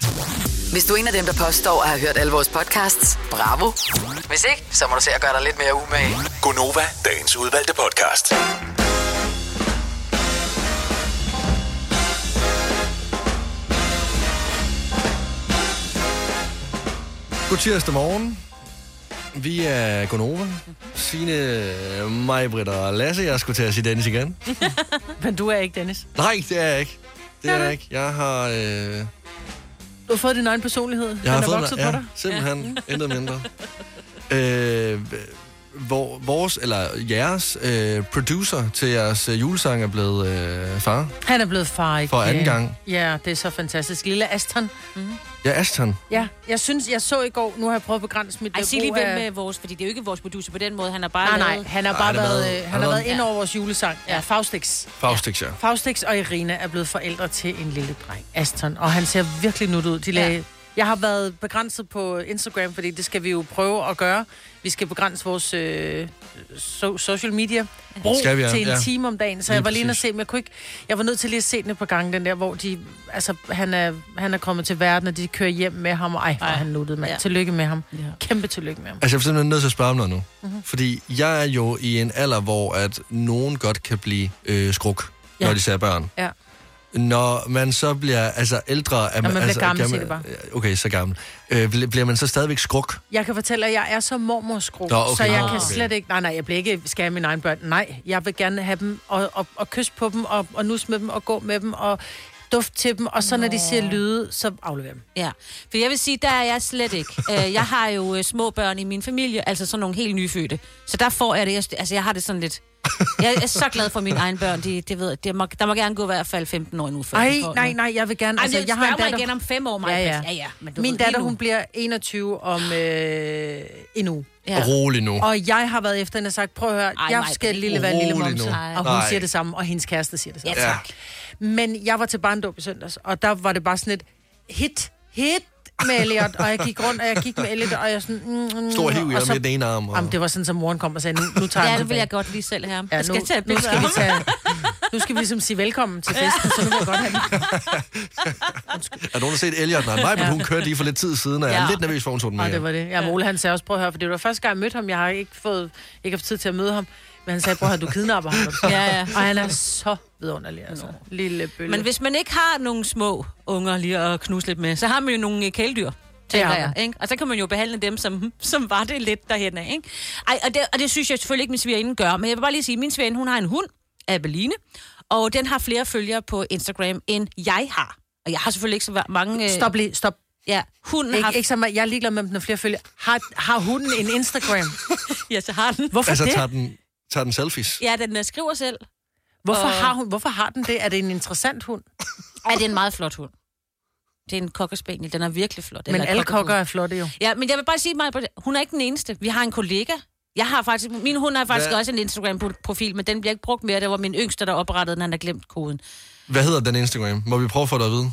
Speaker 5: Hvis du er en af dem, der påstår at have hørt alle vores podcasts, bravo. Hvis ikke, så må du se at gøre dig lidt mere umage.
Speaker 6: Gonova, dagens udvalgte podcast.
Speaker 4: God tirsdag morgen. Vi er Gonova. Signe, mig, Britt og Lasse. Jeg skulle til at sige Dennis igen.
Speaker 2: Men du er ikke, Dennis.
Speaker 4: Nej, det er jeg ikke. Det er jeg ikke. Jeg har... Øh, jeg
Speaker 2: Du har fået din egen personlighed. Jeg Den
Speaker 4: har
Speaker 2: er
Speaker 4: fået
Speaker 2: vokset
Speaker 4: ja,
Speaker 2: på dig.
Speaker 4: simpelthen. Intet mindre. Øh, hvor, vores, eller jeres øh, producer til jeres øh, julesang er blevet øh, far
Speaker 2: Han er blevet far igen.
Speaker 4: for anden gang.
Speaker 2: Ja, det er så fantastisk. Lille Aston.
Speaker 4: Ja, Aston.
Speaker 2: Ja, jeg synes, jeg så i går, nu har jeg prøvet at begrænse mit
Speaker 3: Ej, sig lige
Speaker 2: brug
Speaker 3: hvem
Speaker 2: af-
Speaker 3: med vores, fordi det er jo ikke vores producer på den måde. Han har bare
Speaker 2: Nej, nej,
Speaker 3: lavet-
Speaker 2: han har
Speaker 4: Nej,
Speaker 2: bare
Speaker 4: han har
Speaker 2: været,
Speaker 4: været-
Speaker 2: øh,
Speaker 4: han
Speaker 2: han
Speaker 4: har
Speaker 2: har været ind over vores julesang. Ja, Faustix.
Speaker 4: Faustix, ja.
Speaker 2: Faustix og Irina er blevet forældre til en lille dreng, Aston. Og han ser virkelig nuttet ud. De lagde Jeg har været begrænset på Instagram, fordi det skal vi jo prøve at gøre. Vi skal begrænse vores øh, so- social media brug
Speaker 4: Skal vi, ja.
Speaker 2: til en
Speaker 4: Ja.
Speaker 2: time om dagen. Så
Speaker 4: Lige
Speaker 2: jeg var lige inde og
Speaker 4: præcis.
Speaker 2: se, men jeg kunne ikke... Jeg var nødt til lige at se den et par gange, den der, hvor de... Altså, han er, han er kommet til verden, og de kører hjem med ham. Og ej, hvor er han nuttet, mand.
Speaker 3: Ja.
Speaker 2: Ja. Tillykke med ham. Ja. Kæmpe tillykke med ham.
Speaker 4: Altså, jeg er simpelthen nødt til at spørge om noget nu.
Speaker 2: Mhm.
Speaker 4: Mm-hmm. Fordi jeg er jo i en alder, hvor at nogen godt kan blive øh, skruk, ja. når
Speaker 2: Ja.
Speaker 4: de ser børn.
Speaker 2: Ja.
Speaker 4: Når man så bliver altså ældre... Er
Speaker 2: man bliver
Speaker 4: altså,
Speaker 2: gammel,
Speaker 4: kan
Speaker 2: siger det bare.
Speaker 4: Okay, så gammel. Øh, bl- bliver man så stadigvæk skruk?
Speaker 2: Jeg kan fortælle, at jeg er så mormorsgro,
Speaker 4: Nå, okay.
Speaker 2: så jeg
Speaker 4: Nå.
Speaker 2: kan
Speaker 4: Okay.
Speaker 2: slet ikke... Nej, nej, jeg bliver ikke skære mine egne børn. Nej, jeg vil gerne have dem og, og, og kysse på dem, og, og nus med dem, og gå med dem, og duft til dem, og så når de siger lyde, så afleverer dem.
Speaker 3: Ja, for jeg vil sige, der er jeg slet ikke. <laughs> Øh, jeg har jo øh, små børn i min familie, altså sådan nogle helt nyfødte. Så der får jeg det, jeg- altså jeg har det sådan lidt... Jeg er så glad for mine egne børn, de, de ved, de må, der må gerne gå i hvert fald 15 år nu. Før
Speaker 2: Ej,
Speaker 3: de får
Speaker 2: nej,
Speaker 3: noget.
Speaker 2: nej, jeg vil gerne...
Speaker 3: Ej, altså, jeg har en datter... mig igen om fem år, Maja.
Speaker 2: Ja, ja.
Speaker 3: ja, ja men du
Speaker 2: Min
Speaker 3: ved, lige
Speaker 2: datter,
Speaker 3: nu.
Speaker 2: hun bliver 21 om øh, en uge.
Speaker 3: Ja.
Speaker 4: Ja. Rolig nu.
Speaker 2: Og jeg har været efter hende og sagt, prøv at høre,
Speaker 3: Ej,
Speaker 2: Ej, jeg
Speaker 3: nej,
Speaker 2: skal
Speaker 3: det er
Speaker 2: lille være en lille
Speaker 4: rolig
Speaker 2: momse.
Speaker 4: nu.
Speaker 2: Og hun
Speaker 4: Nej.
Speaker 2: siger det samme, og hendes kæreste siger det samme.
Speaker 4: Ja.
Speaker 2: Men jeg var til barndåb i søndags, og der var det bare sådan et hit, hit med Elliot, og jeg gik rundt, og jeg gik med Elliot, og jeg sådan... Mm, mm,
Speaker 4: Stor hiv i
Speaker 2: og
Speaker 4: ham
Speaker 2: så,
Speaker 4: med den ene arm. Og...
Speaker 2: Jamen, det var sådan, som moren kom og sagde, nu, nu tager
Speaker 3: Ja,
Speaker 2: jeg
Speaker 3: det
Speaker 2: den
Speaker 3: vil jeg
Speaker 2: tilbage.
Speaker 3: godt lige selv have. Ja,
Speaker 2: Ja,
Speaker 3: jeg skal tage et
Speaker 2: nu, nu
Speaker 3: billede
Speaker 2: skal
Speaker 3: af
Speaker 2: vi
Speaker 3: ham.
Speaker 2: tage, nu skal vi ligesom sige velkommen til festen, så nu vil jeg godt have den.
Speaker 4: Er nogen, der set Elliot? Nej, mig, men hun kørte lige for lidt tid siden, og jeg er
Speaker 3: Ja.
Speaker 4: lidt nervøs for, hun tog den med.
Speaker 2: Og det
Speaker 4: hjem.
Speaker 2: var det. Ja, men Ole, han sagde også, prøv at høre, for det var første gang, jeg mødte ham. Jeg har ikke fået, ikke haft tid til at møde ham. Men han sagde, prøv at høre, du kidnapper ham.
Speaker 3: Ja, ja.
Speaker 2: Og han er så vidunderlig, altså. Lille bølle.
Speaker 3: Men hvis man ikke har nogen små unger lige at knuse lidt med, så har man jo nogle øh, kæledyr. Tænker
Speaker 2: har
Speaker 3: jeg, ikke? Og så kan man jo behandle dem, som, som var det lidt derhen af. Ikke? Ej, og, det, og det synes jeg selvfølgelig ikke, min svigerinde gør. Men jeg vil bare lige sige, at min svigerinde, hun har en hund, Abeline. Og den har flere følgere på Instagram, end jeg har. Og jeg har selvfølgelig ikke så mange... øh,
Speaker 2: Stop lige, stop.
Speaker 3: Ja, hunden har...
Speaker 2: Ikke, ikke så meget. Jeg er ligeglad med, om den har flere følger. Har, har hunden en Instagram?
Speaker 3: <laughs> Ja, så har den.
Speaker 2: Hvorfor
Speaker 4: Altså,
Speaker 2: det?
Speaker 4: tager den, tager den selfies?
Speaker 3: Ja, den øh, skriver selv.
Speaker 2: Hvorfor,
Speaker 3: og-
Speaker 2: har hun, hvorfor har den det? Er det en interessant hund?
Speaker 3: Ja, det er en meget flot hund. Det er en kokkespaniel. Den er virkelig flot.
Speaker 2: Men
Speaker 3: Eller
Speaker 2: alle
Speaker 3: cockapoo.
Speaker 2: kokker er flotte jo.
Speaker 3: Ja, men jeg vil bare sige mig, hun er ikke den eneste. Vi har en kollega. Jeg har faktisk, min hund har faktisk
Speaker 4: Hvad?
Speaker 3: også en Instagram-profil, men den bliver ikke brugt mere. Det var min yngste, der oprettede den, han har glemt koden.
Speaker 4: Hvad hedder den Instagram? Må vi prøve at få dig at vide?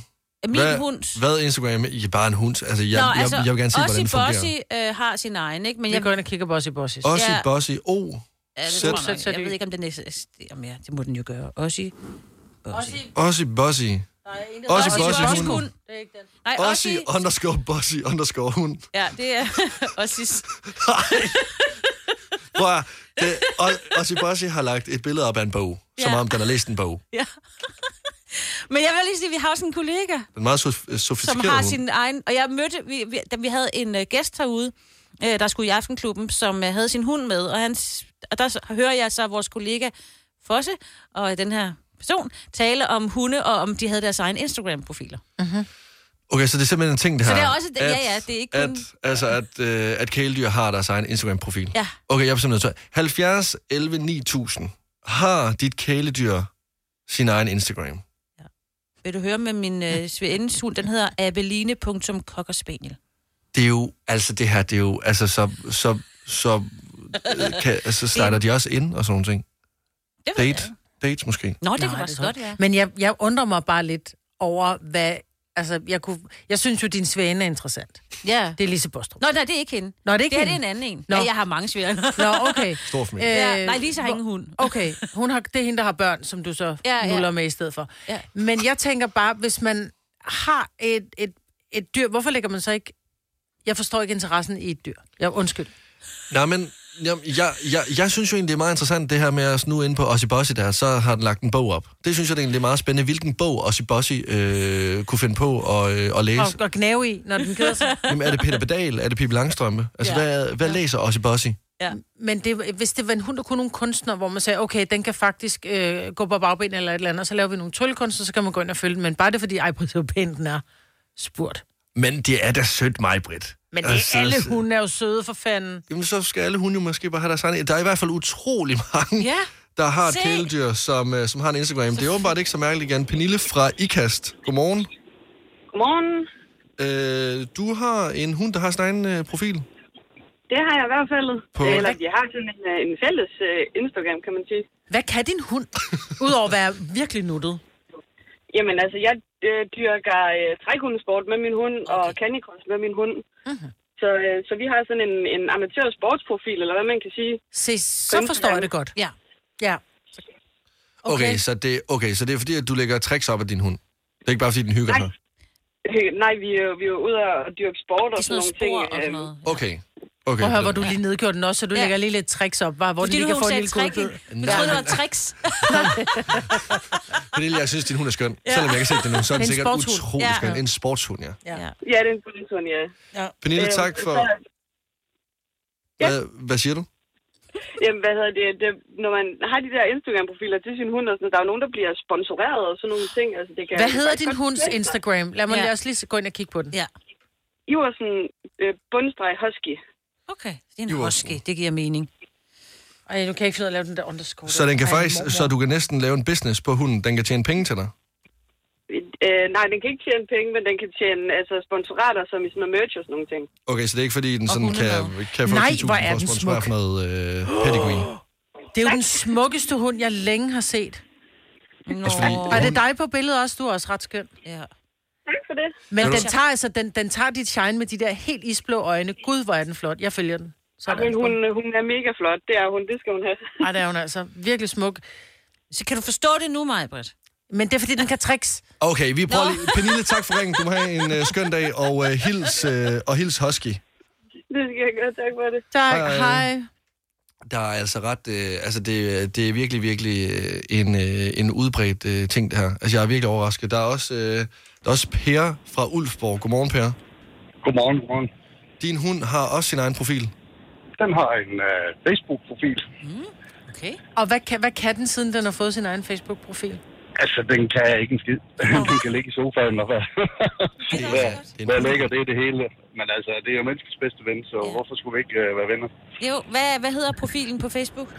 Speaker 3: Min
Speaker 4: Hvad,
Speaker 3: hunds...
Speaker 4: hvad er Instagram? I er bare en hund. Altså, jeg, Nå, altså, jeg, jeg vil gerne se, hvordan det fungerer.
Speaker 3: Bossy øh, har sin egen, ikke? Men
Speaker 2: Jeg
Speaker 3: jeg,
Speaker 2: går ind og kigger Bossy Bossy.
Speaker 4: Også ja.
Speaker 3: Ja.
Speaker 4: Bossy O.
Speaker 3: ja, det
Speaker 4: Sæt.
Speaker 3: tror jeg,
Speaker 2: Sæt,
Speaker 3: nok.
Speaker 2: sæt
Speaker 3: jeg
Speaker 2: i.
Speaker 3: ved ikke, om den eksisterer mere. Det må den jo gøre. Også i...
Speaker 4: Også Bossy. Også Bossy
Speaker 3: Bossy
Speaker 4: hund.
Speaker 3: hund. Det er ikke den. Nej,
Speaker 4: Også
Speaker 3: også i...
Speaker 4: underscore Bossy underscore hund.
Speaker 3: Ja, det er <laughs> også i...
Speaker 4: Prøv at, det, O- Ossie Bossy har lagt et billede op af en bog, ja. som
Speaker 3: Ja.
Speaker 4: om den har læst en bog.
Speaker 3: Ja. Men jeg vil lige sige, at vi har også en kollega,
Speaker 4: Den er meget sof-
Speaker 3: som
Speaker 4: sofistikeret
Speaker 3: har
Speaker 4: hund.
Speaker 3: sin egen... Og jeg mødte, vi, vi, da vi havde en uh, gæst herude, uh, der skulle i Aftenklubben, som uh, havde sin hund med, og, han, s- og der s- hører jeg så vores kollega Fosse og den her person tale om hunde, og om de havde deres egen Instagram-profiler.
Speaker 4: Okay, så det er simpelthen en ting, det
Speaker 3: Så
Speaker 4: her.
Speaker 3: det er også- ja, ja, det er ikke
Speaker 4: at,
Speaker 3: kun-
Speaker 4: Altså, at, øh, at kæledyr har deres egen Instagram-profil.
Speaker 3: Ja.
Speaker 4: Okay, jeg er simpelthen nødt til. 70 11 9000. Har dit kæledyr sin egen Instagram?
Speaker 3: Vil du høre med min uh, svigerindens hund? Den hedder abeline.cockerspaniel.
Speaker 4: det er jo, altså det her, det er jo, altså så, så, så, øh, kan, altså, starter de også ind og sådan nogle ting.
Speaker 3: Det ved jeg
Speaker 4: Date, dates måske.
Speaker 3: Nå, det Nej,
Speaker 2: Nej,
Speaker 3: kan
Speaker 2: det
Speaker 3: faktisk
Speaker 2: tror jeg
Speaker 3: godt være.
Speaker 2: Men jeg, jeg undrer mig bare lidt over, hvad... Altså, jeg, kunne, jeg synes jo, din svæne er interessant.
Speaker 3: Ja.
Speaker 2: Det er Lise Bostrup.
Speaker 3: Nå, nej, det er ikke hende.
Speaker 2: Nå, det er ikke
Speaker 3: det her det er en
Speaker 2: hende.
Speaker 3: anden en.
Speaker 2: Nå.
Speaker 3: Ja, jeg har mange svigerinde.
Speaker 2: Nå, okay. Øh,
Speaker 4: Stor familie.
Speaker 3: <laughs> Ja, nej, Lisa har ingen hund.
Speaker 2: Okay, hun har, det er hende, der har børn, som du så
Speaker 3: Ja,
Speaker 2: ja,
Speaker 3: ja.
Speaker 2: nuller med i stedet for.
Speaker 3: Ja.
Speaker 2: Ja. Men jeg tænker bare, hvis man har et, et, et dyr, hvorfor lægger man så ikke... Jeg forstår ikke interessen i et dyr. Jeg undskyld.
Speaker 4: Nej, men jamen, jeg, jeg, jeg synes jo egentlig, det er meget interessant, det her med at snu ind på Ossie Bossy der, så har den lagt en bog op. Det synes jeg egentlig er meget spændende, hvilken bog Ossie Bossy øh, kunne finde på at, øh, at læse.
Speaker 2: Og, og gnave i, når den keder sig.
Speaker 4: Jamen, er det Peter Pedal? Er det Pippi Langstrømpe? Altså,
Speaker 3: Ja.
Speaker 4: hvad, hvad læser Ossie Bossy?
Speaker 2: Men det, hvis det var en hund, der kunne nogle kunstnere, hvor man sagde, okay, den kan faktisk øh, gå på bagben eller et eller andet, og så laver vi nogle tryllekunster, så kan man gå ind og følge den. Men bare det, fordi, ej, prøv at se, hvor pæn den er. Spurgt.
Speaker 4: Men det er da sødt mig, Britt. Altså,
Speaker 2: Men det er alle
Speaker 4: øh,
Speaker 2: hunde er jo søde for fanden.
Speaker 4: Jamen, så skal alle hunde jo måske bare have deres egen. Der er i hvert fald utrolig <laughs> mange,
Speaker 3: Ja.
Speaker 4: der har et
Speaker 3: Se.
Speaker 4: kæledyr, som, øh, som har en Instagram. Det er åbenbart ikke så mærkeligt igen. Pernille fra IKAST. Godmorgen.
Speaker 8: Godmorgen.
Speaker 4: Øh, du har en hund, der har sin egen øh, profil.
Speaker 8: Det har jeg i hvert fald.
Speaker 4: På-
Speaker 8: Eller vi har sådan en, øh, en fælles øh, Instagram, kan man sige.
Speaker 2: Hvad kan din hund? Udover at være virkelig nuttet.
Speaker 8: Jamen altså, jeg øh, dyrker øh, trækundesport med min hund okay. og kanikunst med min hund.
Speaker 3: Mhm.
Speaker 8: Så, øh, så vi har sådan en, en amatør sportsprofil, eller hvad man kan sige. <laughs>
Speaker 2: Se, så forstår jeg det godt.
Speaker 3: Ja.
Speaker 2: Ja.
Speaker 4: Okay, okay, så, det, okay så det er fordi, at du lægger tricks op af din hund. Det er ikke bare fordi, den hygger
Speaker 8: Nej.
Speaker 4: sig.
Speaker 8: Øh, Nej, vi er, jo- vi er jo ude og dyrke sport og
Speaker 3: I sådan
Speaker 8: sådan nogle ting.
Speaker 3: noget spor og sådan
Speaker 8: øh,
Speaker 3: noget.
Speaker 4: Okay. okay
Speaker 2: Prøv at høre,
Speaker 4: på
Speaker 2: hvor
Speaker 4: den
Speaker 2: du lige nedgjorde den også, så du
Speaker 3: Ja.
Speaker 2: ja. lægger lige lidt tricks op, bare, hvor
Speaker 3: Fordi
Speaker 2: den
Speaker 3: du
Speaker 2: lige kan
Speaker 3: hun
Speaker 2: få en
Speaker 3: sagde
Speaker 2: lille
Speaker 3: trick.
Speaker 2: godbid.
Speaker 3: Vi troede, det var tricks.
Speaker 4: måde. Pernille, jeg synes, din hund er skøn. Ja. Selvom jeg ikke har set den nu, så er den
Speaker 2: En
Speaker 4: sikkert
Speaker 2: sportshund.
Speaker 4: utrolig
Speaker 3: Ja.
Speaker 4: ja. skøn. En sportshund, ja.
Speaker 3: Ja.
Speaker 8: Ja, det er en polishund, ja.
Speaker 2: Øh,
Speaker 4: Pernille,
Speaker 8: Øhm,
Speaker 4: tak for...
Speaker 8: så-
Speaker 4: Hvad, hvad siger du?
Speaker 8: Jamen, hvad hedder det, det? Når man har de der Instagram-profiler til sin hund, og sådan, der er jo nogen, der bliver sponsoreret og sådan nogle ting. Altså, det kan
Speaker 2: Hvad hedder
Speaker 8: faktisk
Speaker 2: din
Speaker 8: godt-
Speaker 2: hunds Instagram? Lad mig
Speaker 3: Ja.
Speaker 2: lige også lige gå ind og kigge på den.
Speaker 3: Ja.
Speaker 8: Iversen øh, bundstreg husky.
Speaker 3: Okay, det er en
Speaker 4: Iversen.
Speaker 3: husky. Det giver mening.
Speaker 2: Ej, nu kan jeg ikke finde ud af at lave den der underscore.
Speaker 4: Så, den kan
Speaker 2: Ej,
Speaker 4: faktisk,
Speaker 2: mormor.
Speaker 4: så du kan næsten lave en business på hunden. Den kan tjene penge til dig.
Speaker 8: Øh, nej, den kan ikke tjene penge, men den kan tjene altså, sponsorater, som i sådan noget merch og sådan nogle ting.
Speaker 4: Okay, så det er ikke fordi, den sådan kan,
Speaker 3: hundemad.
Speaker 4: kan få
Speaker 2: Nej,
Speaker 4: 10.000 for
Speaker 2: hvor er
Speaker 4: at
Speaker 2: den
Speaker 4: sponsorere
Speaker 2: smuk.
Speaker 4: for noget øh, pedigree.
Speaker 2: Det er jo den smukkeste hund, jeg længe har set.
Speaker 3: Nå.
Speaker 2: Og er det dig på billedet også? Du er også ret skøn.
Speaker 3: Ja.
Speaker 8: Tak for det.
Speaker 2: Men
Speaker 4: Ved du-
Speaker 2: den tager, altså, den, den tager dit shine med de der helt isblå øjne. Gud, hvor er den flot. Jeg følger den.
Speaker 8: Men
Speaker 2: Sådan.
Speaker 8: hun, hun er mega flot. Det er hun. Det skal hun have. <laughs>
Speaker 2: Ej, der er hun altså virkelig smuk.
Speaker 3: Så kan du forstå det nu, Majbrit?
Speaker 2: Men det er, fordi den kan tricks.
Speaker 4: Okay, vi prøver lige. Pernille, tak for ringen. Du må have en øh, skøn dag, og øh, hils, øh, og hils Husky.
Speaker 8: Det skal jeg gøre. Tak for det.
Speaker 2: Tak,
Speaker 4: Hej.
Speaker 2: hej. hej.
Speaker 4: Der er altså ret, øh, altså det, det er virkelig, virkelig øh, en, øh, en udbredt øh, ting, det her. Altså jeg er virkelig overrasket. Der er også, øh, der er også Per fra Ulfborg. Godmorgen, Per.
Speaker 9: Godmorgen, godmorgen.
Speaker 4: Din hund har også sin egen profil.
Speaker 9: Den har en øh, Facebook-profil.
Speaker 3: Okay.
Speaker 2: Og hvad kan, hvad kan den, siden den har fået sin egen Facebook-profil?
Speaker 9: Altså, den kan ikke en skid. <laughs> den kan ligge i sofaen og være, være,
Speaker 4: det er
Speaker 9: være
Speaker 4: en-
Speaker 9: lækker, det er det hele. Men altså, det er jo menneskets bedste ven, så hvorfor skulle vi ikke øh, være venner?
Speaker 3: Jo, hvad, hvad hedder profilen på Facebook?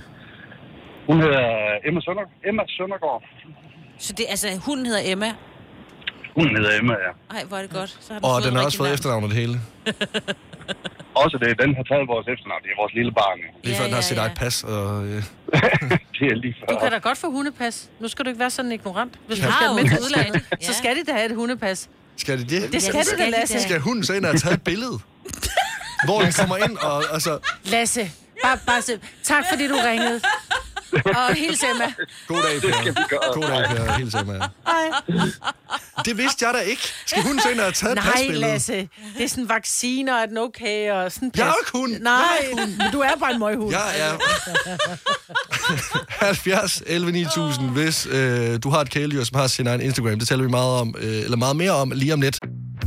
Speaker 9: Hun hedder øh, Emma, Sønder, Emma Søndergaard.
Speaker 3: Så det, altså, hunden hedder Emma.
Speaker 9: Hun hedder Emma, ja.
Speaker 3: Ej, hvor er det godt. Så har den
Speaker 4: Og
Speaker 3: fået
Speaker 4: den har
Speaker 3: et
Speaker 4: også
Speaker 3: rigtigt
Speaker 4: fået efternavn
Speaker 3: navn.
Speaker 4: og det hele.
Speaker 9: Også det, den har taget vores efternavn. Det er vores lille barn. jo.
Speaker 4: Lige
Speaker 3: Ja,
Speaker 4: før den har
Speaker 3: ja,
Speaker 4: sit
Speaker 3: ja.
Speaker 4: eget pas. Og, øh,
Speaker 9: <laughs> det er lige før.
Speaker 2: Du kan da godt få hundepas. Nu skal du ikke være sådan ignorant. Hvis du
Speaker 3: har
Speaker 2: skal
Speaker 3: jo
Speaker 2: med til
Speaker 3: hundepas.
Speaker 2: udlandet, så
Speaker 3: Ja.
Speaker 2: skal de da have et hundepas.
Speaker 4: skal det det?
Speaker 2: Det skal
Speaker 3: Ja,
Speaker 2: de da, Lasse.
Speaker 4: Skal hunden så ind og tage et billede? hvor den kommer ind og altså,
Speaker 2: Lasse, bare, bare se. Tak, fordi du ringede. Og hils Emma.
Speaker 4: god dag, Per. God dag, Per. Hils Emma.
Speaker 2: Hej.
Speaker 4: Det vidste jeg da ikke. Skal hunden så ind og tage et
Speaker 2: Nej,
Speaker 4: pasbillede?
Speaker 2: Lasse. Det er sådan vacciner, er den okay? Og sådan
Speaker 4: Jeg er
Speaker 2: pas.
Speaker 4: jo ikke hund.
Speaker 2: Nej, men du er bare en møghund.
Speaker 4: Jeg <laughs> er 70 11 9000, hvis øh, du har et kæledyr, som har sin egen Instagram. Det taler vi meget om, øh, eller meget mere om lige om lidt.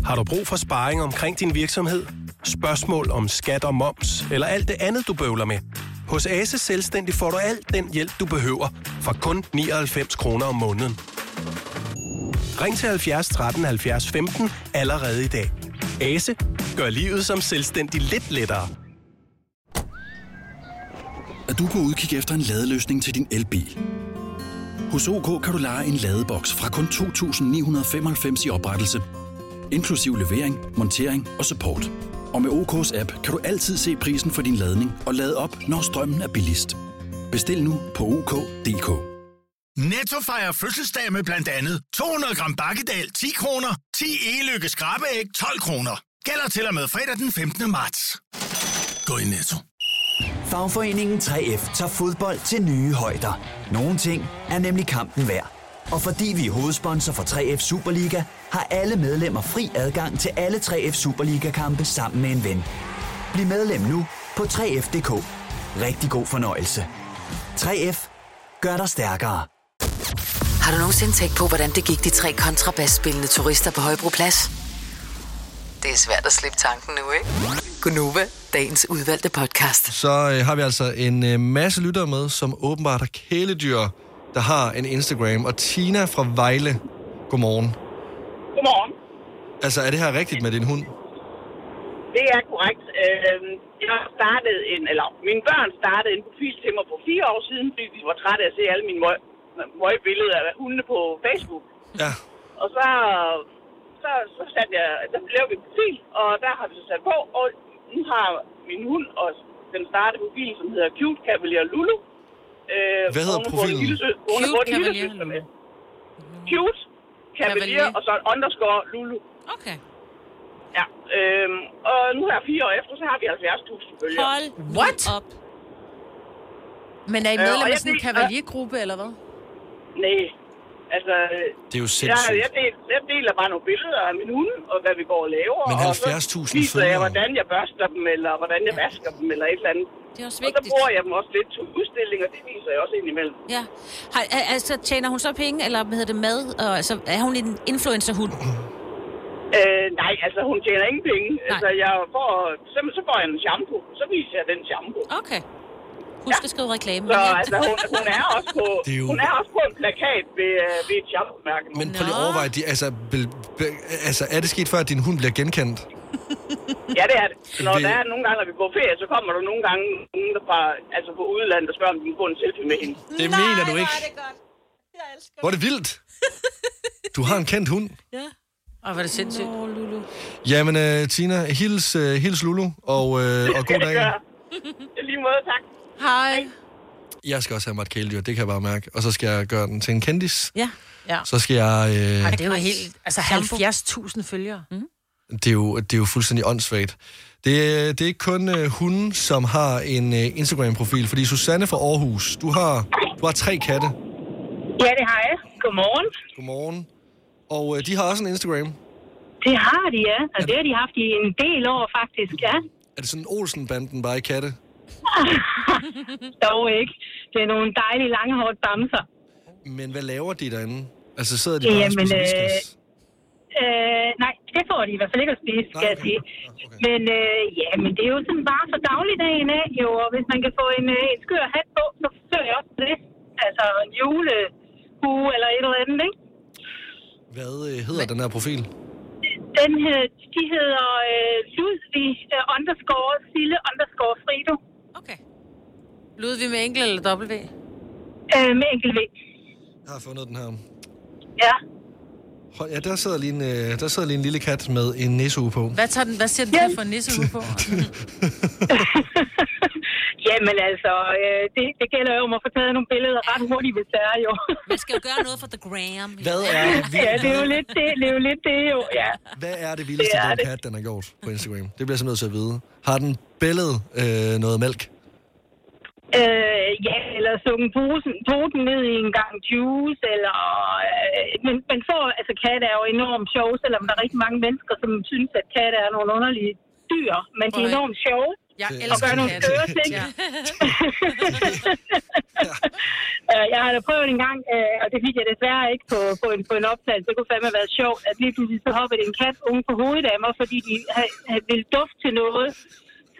Speaker 10: Har du brug for sparring omkring din virksomhed? Spørgsmål om skat og moms, eller alt det andet, du bøvler med? Hos Ase Selvstændig får du alt den hjælp, du behøver, for kun 99 kroner om måneden. Ring til 70 13 70 15 allerede i dag. Ase gør livet som selvstændig lidt lettere.
Speaker 11: Er du på udkig efter en ladeløsning til din elbil? Hos OK kan du lege en ladeboks fra kun 2.995 i oprettelse, inklusiv levering, montering og support. Og med OK's app kan du altid se prisen for din ladning og lade op, når strømmen er billigst. Bestil nu på OK.dk.
Speaker 6: Netto fejrer fødselsdag med blandt andet 200 gram bakkedal 10 kroner, 10 e-lykke skrabeæg 12 kroner. Gælder til og med fredag den 15. marts. Gå i Netto.
Speaker 12: Fagforeningen 3F tager fodbold til nye højder. Nogle ting er nemlig kampen værd. Og fordi vi er hovedsponsor for 3F Superliga, har alle medlemmer fri adgang til alle 3F Superliga-kampe sammen med en ven. Bliv medlem nu på 3F.dk. Rigtig god fornøjelse. 3F gør dig stærkere.
Speaker 5: Har du nogensinde tænkt på, hvordan det gik de tre kontrabasspillende turister på Højbroplads? Det er svært at slippe tanken nu, ikke? Gunova, dagens udvalgte podcast.
Speaker 4: Så øh, har vi altså en øh, masse lyttere med, som åbenbart har kæledyr, der har en Instagram. Og Tina fra Vejle, godmorgen.
Speaker 8: Godmorgen.
Speaker 4: Altså, er det her rigtigt med din hund?
Speaker 8: Det er korrekt. Øh, jeg startede en, eller mine børn startede en profil til mig for fire år siden, fordi de var trætte af at se alle mine møg, møgbilleder af hundene på Facebook.
Speaker 4: Ja.
Speaker 8: Og så, så, så satte jeg, der blev vi en profil, og der har vi så sat på, og nu har min hund og den startede profil, som hedder Cute Cavalier Lulu. Øh,
Speaker 4: Hvad hedder
Speaker 8: og hun har fået en
Speaker 4: profilen?
Speaker 8: lillesø- Hun har
Speaker 3: Cute
Speaker 8: fået en
Speaker 3: Cavalier mm-hmm.
Speaker 8: lille søster
Speaker 3: Lulu.
Speaker 8: med. Cute Cavalier, og så et underscore Lulu.
Speaker 3: Okay.
Speaker 8: Ja, øhm, og nu her fire år efter, så har vi altså 70.000 følgere.
Speaker 3: Hold
Speaker 2: What?
Speaker 3: op.
Speaker 2: Men er I
Speaker 8: Øh, og
Speaker 2: medlem af
Speaker 8: jeg
Speaker 2: sådan en
Speaker 8: ved-
Speaker 2: kavaliergruppe, eller hvad?
Speaker 8: Nej, altså...
Speaker 4: Det er jo
Speaker 8: Jeg,
Speaker 4: sindssygt.
Speaker 8: jeg, deler, jeg deler bare nogle billeder af min hund, og hvad vi går og laver.
Speaker 4: Men
Speaker 8: og
Speaker 4: 70.000
Speaker 8: så viser jeg,
Speaker 4: følgere.
Speaker 8: hvordan jeg børster dem, eller hvordan jeg vasker dem, eller et eller andet.
Speaker 3: Det er også
Speaker 8: Og så bruger jeg dem også lidt til udstilling, og det viser jeg også indimellem.
Speaker 3: Ja. Har, al- altså, tjener hun så penge, eller hvad hedder det, mad? Og, altså, er hun en influencerhund?
Speaker 8: Øh, nej, altså hun tjener ingen penge. Nej. Altså jeg får, så, så får jeg en shampoo, så viser jeg den shampoo.
Speaker 3: Okay. Husk at skrive reklame.
Speaker 8: Så altså, hun, hun, er også på,
Speaker 4: Det er jo-
Speaker 8: hun er også på en plakat ved, øh, ved et shampoo-mærke.
Speaker 4: Men prøv lige at overveje, de, altså, be, be, altså, er det sket før, at din hund bliver genkendt?
Speaker 8: Ja, det er det. Når
Speaker 4: Det-
Speaker 8: der er nogle gange, når vi går på ferie, så kommer der nogle gange nogen der fra, altså fra udlandet og spørger, om de kan få en selfie med hende.
Speaker 4: Det Nej, mener du hvor er ikke. Hvor er det vildt? Du har en kendt hund.
Speaker 2: Ej, hvor er det sindssygt. Nå,
Speaker 3: Lulu.
Speaker 4: Jamen, uh, Tina, hils, uh, hils Lulu, og, uh, og god dag.
Speaker 8: I lige måde, tak.
Speaker 2: Hej.
Speaker 4: Jeg skal også have mig et kæledyr, det kan jeg bare mærke. Og så skal jeg gøre den til en kendis.
Speaker 3: Ja.
Speaker 2: ja.
Speaker 4: Så skal jeg...
Speaker 2: Ej,
Speaker 4: Øh,
Speaker 2: det er jo helt... Altså 70.000 følgere. Mm.
Speaker 4: det, er jo, det er jo fuldstændig åndssvagt. Det, er- det er ikke kun øh, hunden, som har en øh, Instagram-profil, fordi Susanne fra Aarhus, du har, du har tre katte.
Speaker 13: Ja, det har jeg. Godmorgen.
Speaker 4: Godmorgen. Og øh, de har også en Instagram.
Speaker 13: Det har de, ja. Og det har de haft i en del år, faktisk, ja.
Speaker 4: Er det sådan Olsen-banden bare i katte?
Speaker 13: Dog ikke. Det er nogle dejlige, lange, hårde bamser.
Speaker 4: Men hvad laver de derinde? Altså sidder de bare og
Speaker 13: Jamen,
Speaker 4: spiser
Speaker 13: øh,
Speaker 4: Whiskas?
Speaker 13: Øh, nej, det får de i hvert fald ikke at spise, skal jeg sige.
Speaker 4: Ah,
Speaker 13: Men øh, ja, men det er jo sådan bare for dagligdagen af, jo. Og hvis man kan få en, øh, en skør hat på, så forsøger jeg også det. Altså en julehue eller et eller andet, ikke?
Speaker 4: Hvad øh, hedder den her profil?
Speaker 13: Den hed, de hedder øh, Ludvig øh, underscore Sille underscore Frido.
Speaker 2: Lød vi med enkelt eller W?
Speaker 13: Øh, med enkelt V.
Speaker 4: Jeg har fundet den her.
Speaker 13: Ja. <laughs>
Speaker 4: Hold, ja, der sidder, lige en, øh, der sidder lige en lille kat med en næsehue på.
Speaker 2: Hvad, tager den, hvad siger den til for en nissehue på?
Speaker 13: Jamen altså, øh, det, det gælder jo om at få taget nogle billeder ret hurtigt, hvis det er jo. <laughs>
Speaker 3: Man skal jo gøre noget for The Gram.
Speaker 4: Hvad er vi-
Speaker 13: ja, det er jo lidt det, det, er jo, lidt det jo, ja.
Speaker 4: Hvad er det vildeste,
Speaker 13: <laughs> Det er
Speaker 4: den
Speaker 13: det.
Speaker 4: kat, den har gjort på Instagram? Det bliver jeg simpelthen nødt til at vide. Har den billedet øh, noget mælk?
Speaker 13: Øh, ja, eller sukke posen, poten ned i en gang juice, eller... Øh, men, men for, altså katte er jo enormt sjove, selvom der er rigtig mange mennesker, som synes, at katte er nogle underlige dyr, men de er
Speaker 14: Nej.
Speaker 13: enormt sjove.
Speaker 2: Jeg
Speaker 13: og gør
Speaker 4: Altså,
Speaker 14: elsker
Speaker 13: nogle
Speaker 14: katte.
Speaker 13: skøre ting.
Speaker 14: Ja.
Speaker 13: Øh, jeg har da prøvet en gang, øh, og det fik jeg desværre ikke på, på, en, på en optagelse. Det kunne fandme have været sjovt, at lige pludselig så hoppede en kat unge på hovedet af mig, fordi de havde, havde ville dufte til noget.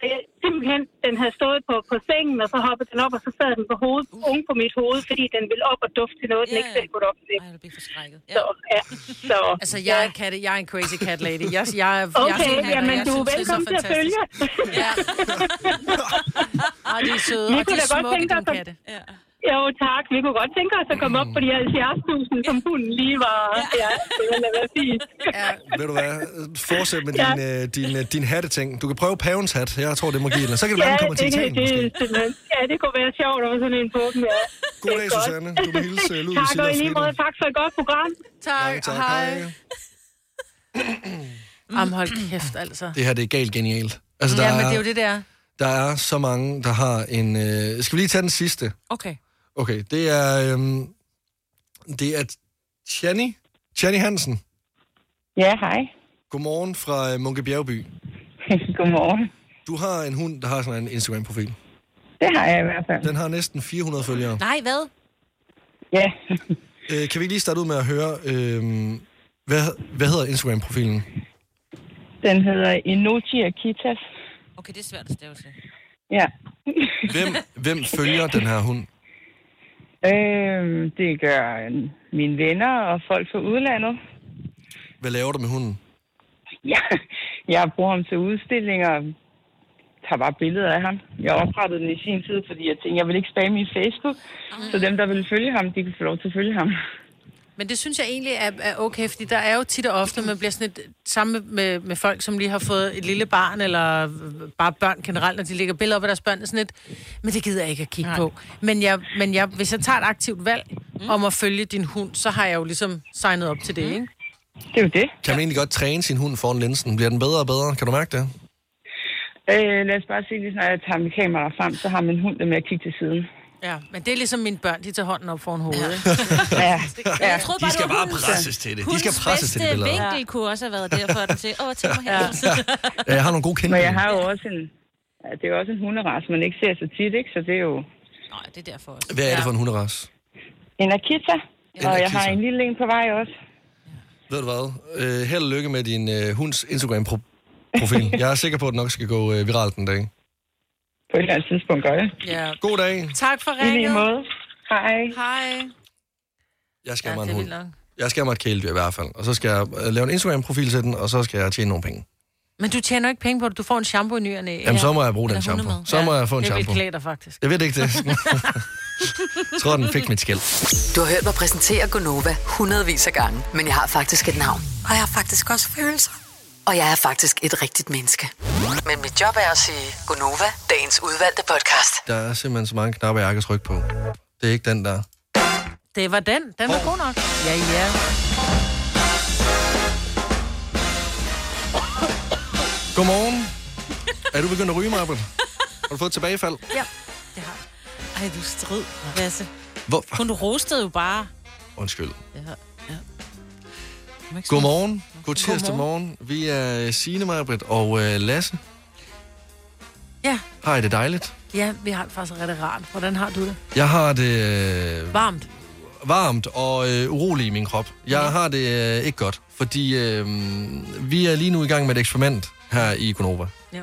Speaker 13: Så jeg, simpelthen, den havde stået på, på sengen, og så hoppede den op, og så sad den på hovedet, unge på mit hoved, fordi den ville op og dufte til noget, den ikke selv kunne dufte til. Ej,
Speaker 3: det forskrækket.
Speaker 13: Så, ja. <laughs> Så,
Speaker 2: Altså, jeg er, en katte, jeg er en crazy cat lady. Jeg, jeg, jeg, jeg,
Speaker 13: Okay,
Speaker 2: jeg,
Speaker 13: jamen, du er velkommen til at følge. <laughs>
Speaker 2: Ja. Og de er søde,
Speaker 13: Vi
Speaker 2: og de
Speaker 13: kunne
Speaker 2: er
Speaker 13: da godt
Speaker 2: smukke,
Speaker 13: tænke
Speaker 2: dine
Speaker 13: os at-
Speaker 2: katte.
Speaker 13: Jo, tak. Vi kunne godt tænke os at komme op på de 70.000, som hunden lige var. Ja, det ville da være fint.
Speaker 4: <laughs> Ved du hvad? Fortsæt med
Speaker 13: Ja.
Speaker 4: din, øh, din, øh, din hatteting. Du kan prøve pavens hat. Jeg tror, det må give eller Så kan det være, den kommer til
Speaker 13: det,
Speaker 4: Italien.
Speaker 13: det,
Speaker 4: måske.
Speaker 13: det, ja, det kunne være sjovt at få sådan en på dem, ja. Det
Speaker 4: God
Speaker 13: er
Speaker 4: dag,
Speaker 13: godt.
Speaker 4: Susanne. Du må
Speaker 13: <laughs>
Speaker 4: hilse, øh, Ludvig
Speaker 13: Tak,
Speaker 4: Silla
Speaker 13: og
Speaker 4: og
Speaker 13: i lige
Speaker 4: Frida.
Speaker 13: måde tak for et godt program.
Speaker 2: Tak,
Speaker 4: Mange tak.
Speaker 2: og hej.
Speaker 4: Hej.
Speaker 2: Am, hold kæft, altså.
Speaker 4: Det her, det er galt genialt. Altså,
Speaker 2: Altså,
Speaker 4: der,
Speaker 2: ja, men
Speaker 4: er,
Speaker 2: det er jo det, der.
Speaker 4: der er så mange, der har en... Øh... Skal vi lige tage den sidste?
Speaker 2: Okay.
Speaker 4: Okay, det er... Øhm, det er Chani. Chani Hansen.
Speaker 15: Ja, hej. <laughs>
Speaker 4: Godmorgen fra øh, Munke Bjergby.
Speaker 15: Godmorgen.
Speaker 4: Du har en hund, der har sådan en Instagram-profil.
Speaker 15: Det har jeg i hvert fald.
Speaker 4: Den har næsten 400 følgere.
Speaker 3: Nej, hvad?
Speaker 15: Ja. <laughs>
Speaker 4: Øh, kan vi ikke lige starte ud med at høre, øh, hvad, hvad hedder Instagram-profilen?
Speaker 15: Den hedder Inuti Akitas.
Speaker 3: Okay, det er svært at stave til.
Speaker 15: Ja. <laughs>
Speaker 4: Hvem, hvem følger den her hund?
Speaker 15: Øhm, det gør øh, mine venner og folk fra udlandet. <laughs>
Speaker 4: Hvad laver du med hunden?
Speaker 15: Ja, jeg bruger ham til udstillinger og tager bare billeder af ham. Jeg oprettede den i sin tid, fordi jeg tænkte, jeg vil ikke spamme i Facebook. Så dem, der vil følge ham, <laughs> de kan få lov til at følge ham.
Speaker 2: Men det synes jeg egentlig er, er okay, fordi der er jo tit og ofte, man bliver sådan et, sammen øh, med, med folk, som lige har fået et lille barn, eller øh, bare børn generelt, når de lægger billeder op af deres børn, er sådan et, men det gider jeg ikke at kigge Nej. på. Men, jeg, men jeg, hvis jeg tager et aktivt valg mm. om at følge din hund, så har jeg jo ligesom signet op til det, ikke?
Speaker 15: Det er jo det.
Speaker 4: Kan man egentlig godt træne sin hund foran linsen? Bliver den bedre og bedre? Kan du mærke det?
Speaker 15: Øh, lad os bare sige, lige snart jeg tager mit kamera frem, så har min hund det med at kigge til siden.
Speaker 2: Ja, men det er ligesom mine børn, de tager hånden op foran hovedet, ikke?
Speaker 15: Ja.
Speaker 2: Jeg troede
Speaker 4: De skal bare presses til det. De skal presses til det
Speaker 3: bedste
Speaker 4: billede.
Speaker 3: vinkel kunne også have været derfor, den til. Åh, til mig her. <laughs>
Speaker 4: Ja, Jeg har nogle gode
Speaker 15: Men
Speaker 4: kendte.
Speaker 15: jeg har jo også en... ja, Det er jo også en hunderace, man ikke ser så tit, ikke? Så det er jo
Speaker 3: Nej, det er derfor også.
Speaker 4: Hvad er det for en hunderas?
Speaker 15: en Akita.
Speaker 4: En
Speaker 15: Og jeg har
Speaker 4: Akita.
Speaker 15: en lille en på vej også.
Speaker 4: Ved du hvad? Øh, held og lykke med din øh, hunds
Speaker 15: <laughs>
Speaker 4: Instagram-profil. Jeg er sikker på, at den nok skal gå øh, viralt en dag.
Speaker 15: På et eller andet tidspunkt gør jeg.
Speaker 2: Ja.
Speaker 4: God dag.
Speaker 2: Tak for
Speaker 15: I lige
Speaker 2: ringet.
Speaker 15: måde. Hej.
Speaker 2: Hej.
Speaker 4: Jeg skal ja, have
Speaker 2: det
Speaker 4: mig
Speaker 2: er
Speaker 4: en
Speaker 2: vildt
Speaker 4: hund.
Speaker 2: nok.
Speaker 4: Jeg skal have mig et kæledyr i hvert fald. Og så skal jeg øh, lave en Instagram-profil til den, og så skal jeg tjene nogle penge.
Speaker 2: Men du tjener ikke penge på det. Du får en shampoo i ny og næ.
Speaker 4: Jamen, så må jeg bruge den
Speaker 2: Eller
Speaker 4: shampoo.
Speaker 2: hundemad.
Speaker 4: Så må jeg få en
Speaker 2: det
Speaker 4: shampoo.
Speaker 2: Det vil dig faktisk.
Speaker 4: Jeg ved ikke det. jeg <laughs> tror, den fik mit skæld.
Speaker 5: Du har hørt mig præsentere Gonova hundredvis af gange, men jeg har faktisk et navn.
Speaker 14: Og jeg har faktisk også følelser.
Speaker 5: Og jeg er faktisk et rigtigt menneske. Men mit job er at sige Gonova, dagens udvalgte podcast.
Speaker 4: Der er simpelthen så mange knapper, jeg kan trykke på. Det er ikke den der.
Speaker 2: Det var den. Den var god nok. Ja, ja.
Speaker 4: Godmorgen. Er du begyndt at ryge, Marbet? Har du fået et tilbagefald?
Speaker 3: Ja, det har jeg. Ej, du er strid, Lasse.
Speaker 4: Hvor?
Speaker 3: Hun rostede jo bare.
Speaker 4: Undskyld.
Speaker 3: Ja, ja.
Speaker 4: Godmorgen. God tirsdag morgen. Vi er øh, Signe, Marbet og øh, Lasse.
Speaker 2: Ja.
Speaker 4: Har I det dejligt?
Speaker 2: Ja, vi har det faktisk rigtig rart. Hvordan har du det?
Speaker 4: Jeg har det... Øh,
Speaker 2: Varmt.
Speaker 4: varmt og øh, urolig i min krop. Jeg har det øh, ikke godt, fordi øh, vi er lige nu i gang med et eksperiment her i Gonova.
Speaker 2: Ja.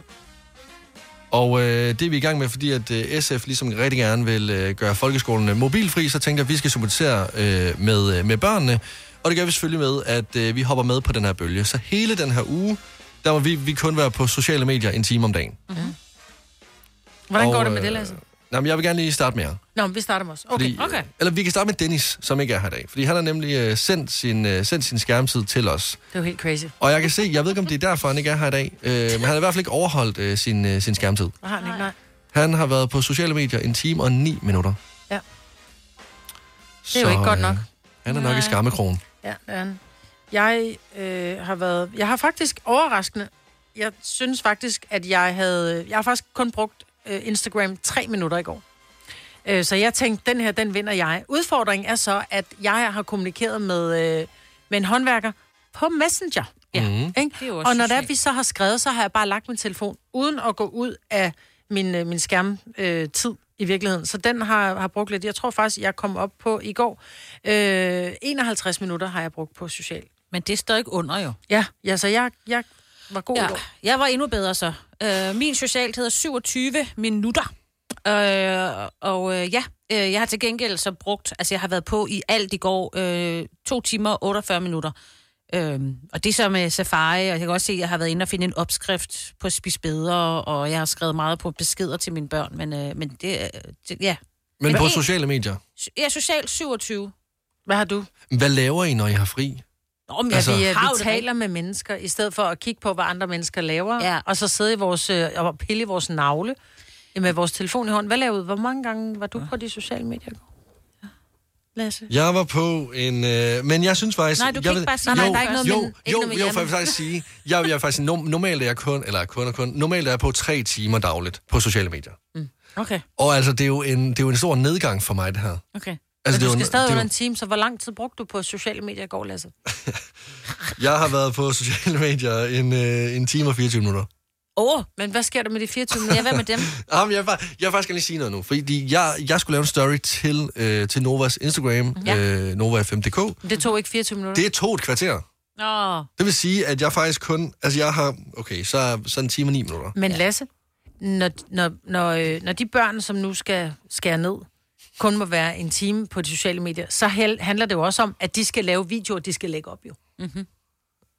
Speaker 4: Og øh, det er vi i gang med, fordi at øh, SF ligesom rigtig gerne vil øh, gøre folkeskolen mobilfri, så tænkte jeg, at vi skal sympatisere øh, med, øh, med børnene. Og det gør vi selvfølgelig med, at øh, vi hopper med på den her bølge. Så hele den her uge, der må vi, vi kun være på sociale medier en time om dagen.
Speaker 2: Mm-hmm. Hvordan
Speaker 4: Og,
Speaker 2: går det med det,
Speaker 4: øh,
Speaker 2: Lasse?
Speaker 4: Nå, men jeg vil gerne lige starte med jer.
Speaker 2: Nå, men vi starter med os. Okay,
Speaker 4: Fordi,
Speaker 2: okay.
Speaker 4: Eller vi kan starte med Dennis, som ikke er her i dag. Fordi han har nemlig øh, sendt, sin, øh, sendt sin skærmtid til os.
Speaker 2: Det er jo helt crazy.
Speaker 4: Og jeg kan se, jeg ved ikke, om det er derfor, han ikke er her i dag. Øh, men han har i hvert fald ikke overholdt øh, sin, øh, sin skærmtid.
Speaker 2: Hvad har han ikke? Nej.
Speaker 4: Han har været på sociale medier en time og ni minutter. øh,
Speaker 2: Ja. Det er jo ikke godt nok.
Speaker 4: han er nok
Speaker 2: Nej.
Speaker 4: i skammekrogen.
Speaker 2: Ja, det er han. Jeg øh, har været... Jeg har faktisk overraskende... Jeg synes faktisk, at jeg havde... Jeg har faktisk kun brugt øh, Instagram tre minutter i går. Øh, så jeg tænkte, den her, den vinder jeg. Udfordringen er så, at jeg har kommunikeret med, øh, med en håndværker på Messenger.
Speaker 3: Ja.
Speaker 4: Mm.
Speaker 2: Ikke?
Speaker 3: Det er jo også
Speaker 2: Og når der,
Speaker 3: socialt.
Speaker 2: vi så har skrevet, så har jeg bare lagt min telefon, uden at gå ud af min, øh, min skærmtid øh, tid i virkeligheden. Så den har, har brugt lidt. Jeg tror faktisk, jeg kom op på i går. Øh, 51 minutter har jeg brugt på social.
Speaker 3: Men det står ikke under jo.
Speaker 2: Ja, ja så jeg, jeg var god ja.
Speaker 3: Ja, jeg var endnu bedre så. Øh, min socialt hedder 27 minutter. Øh, og øh, ja, øh, jeg har til gengæld så brugt, altså jeg har været på i alt i går, øh, 2 timer og 48 minutter. Øh, og det er så med Safari, og jeg kan også se, at jeg har været inde og finde en opskrift på spis bedre, og jeg har skrevet meget på beskeder til mine børn, men, øh, men det, øh, det, ja.
Speaker 4: Men på
Speaker 3: en-
Speaker 4: sociale medier.
Speaker 3: Ja, socialt 27.
Speaker 2: Hvad har du?
Speaker 4: Hvad laver I, når I har fri?
Speaker 3: Nå, men
Speaker 2: Ja, altså, vi, øh,
Speaker 3: har jo
Speaker 2: vi
Speaker 3: det
Speaker 2: taler med mennesker, i stedet for at kigge på, hvad andre mennesker laver,
Speaker 3: Ja.
Speaker 2: ja. og så sidde i vores, øh, og pille i vores navle øh, med vores telefon i hånden. Hvad lavede Hvor mange gange var du på de sociale medier i går? Lasse?
Speaker 4: Jeg var på en... Øh, men jeg synes faktisk...
Speaker 2: Nej, du kan
Speaker 4: jeg
Speaker 2: ikke bare sige,
Speaker 4: jo,
Speaker 2: nej, der er ikke noget
Speaker 4: jo,
Speaker 2: med- ikke
Speaker 4: jo,
Speaker 2: noget med
Speaker 4: jo,
Speaker 2: hjernen.
Speaker 4: for jeg vil faktisk sige... Jeg, jeg er faktisk, no, normalt er jeg kun... Eller kun og kun... Normalt er jeg på tre timer dagligt på sociale medier.
Speaker 2: Okay,
Speaker 4: Og altså, det er jo en, det er jo en stor nedgang for mig, det her.
Speaker 2: okay.
Speaker 4: Altså,
Speaker 2: Altså,
Speaker 4: det
Speaker 2: Men
Speaker 4: er jo
Speaker 2: du
Speaker 4: en-
Speaker 2: skal stadig
Speaker 4: det er jo-
Speaker 2: under en time, så hvor lang tid brugte du på sociale medier i går, Lasse?
Speaker 4: Jeg har været på <laughs> sociale medier en, øh, en time og 24 minutter.
Speaker 2: Åh, oh, men hvad sker der med de 24 minutter? Ja, hvad
Speaker 4: <laughs>
Speaker 2: med dem?
Speaker 4: Jamen, jeg, vil bare- jeg vil faktisk gerne lige sige noget nu, fordi jeg, jeg skulle lave en story til, øh, til Novas Instagram,
Speaker 2: Mhm. Ja.
Speaker 4: ja. øh, nova5.dk.
Speaker 2: Det tog ikke 24 minutter.
Speaker 4: Det er to et kvarter.
Speaker 2: Nå.
Speaker 4: Det vil sige, at jeg faktisk kun... Altså, jeg har... Okay, så, så en time og ni minutter.
Speaker 2: Men Lasse, når, når, når, øh, når de børn, som nu skal skære ned, kun må være en time på de sociale medier, så hel- handler det jo også om, at de skal lave videoer, de skal lægge op jo. Mm-hmm.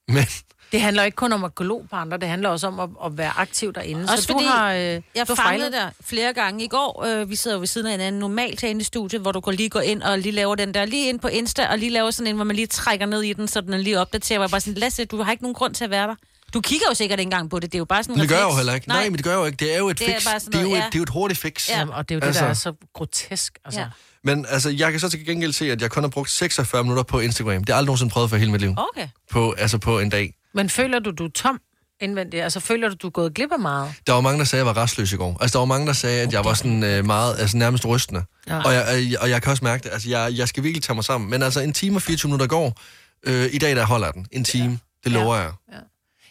Speaker 4: Men
Speaker 2: Det handler ikke kun om at gå lo på andre, det handler også om at, at være aktiv derinde.
Speaker 3: Også
Speaker 2: så
Speaker 3: fordi
Speaker 2: du har, øh,
Speaker 3: jeg
Speaker 2: du har
Speaker 3: fangede dig flere gange i går. Øh, vi sidder jo ved siden af hinanden normalt herinde i studiet, hvor du går lige går ind og lige laver den der, lige ind på Insta, og lige laver sådan en, hvor man lige trækker ned i den, så den er lige opdaterer. Hvor jeg bare sådan, Lasse, du har ikke nogen grund til at være der. Du kigger jo sikkert ikke engang på det. Det er jo bare sådan
Speaker 4: Men det gør jeg jo
Speaker 3: refleks.
Speaker 4: heller ikke. Nej, men det gør jeg jo ikke. Det er jo et
Speaker 3: Det er
Speaker 4: fix.
Speaker 3: bare sådan
Speaker 4: Det er jo
Speaker 3: noget,
Speaker 4: et,
Speaker 3: ja.
Speaker 4: det er jo et hurtigt fix.
Speaker 3: Ja. Jamen, og
Speaker 2: det er jo det, der er så grotesk. Altså. Ja.
Speaker 4: Men altså, jeg kan så til gengæld se, at jeg kun har brugt 46 minutter på Instagram. Det har jeg aldrig nogensinde prøvet for hele mit liv.
Speaker 2: Okay.
Speaker 4: På, altså på en dag.
Speaker 2: Men føler du, du er tom indvendigt? Altså føler du, du er gået glip af meget?
Speaker 4: Der var mange, der sagde, at jeg var restløs i går. Altså, der var mange, der sagde, at jeg var sådan øh, meget, altså nærmest rystende.
Speaker 2: Ja.
Speaker 4: Ja. Og, jeg, øh, og jeg kan også mærke det. Altså, jeg, jeg skal virkelig tage mig sammen. Men altså, en time og 24 minutter går. Øh, I dag, der holder den. En time. Det lover jeg.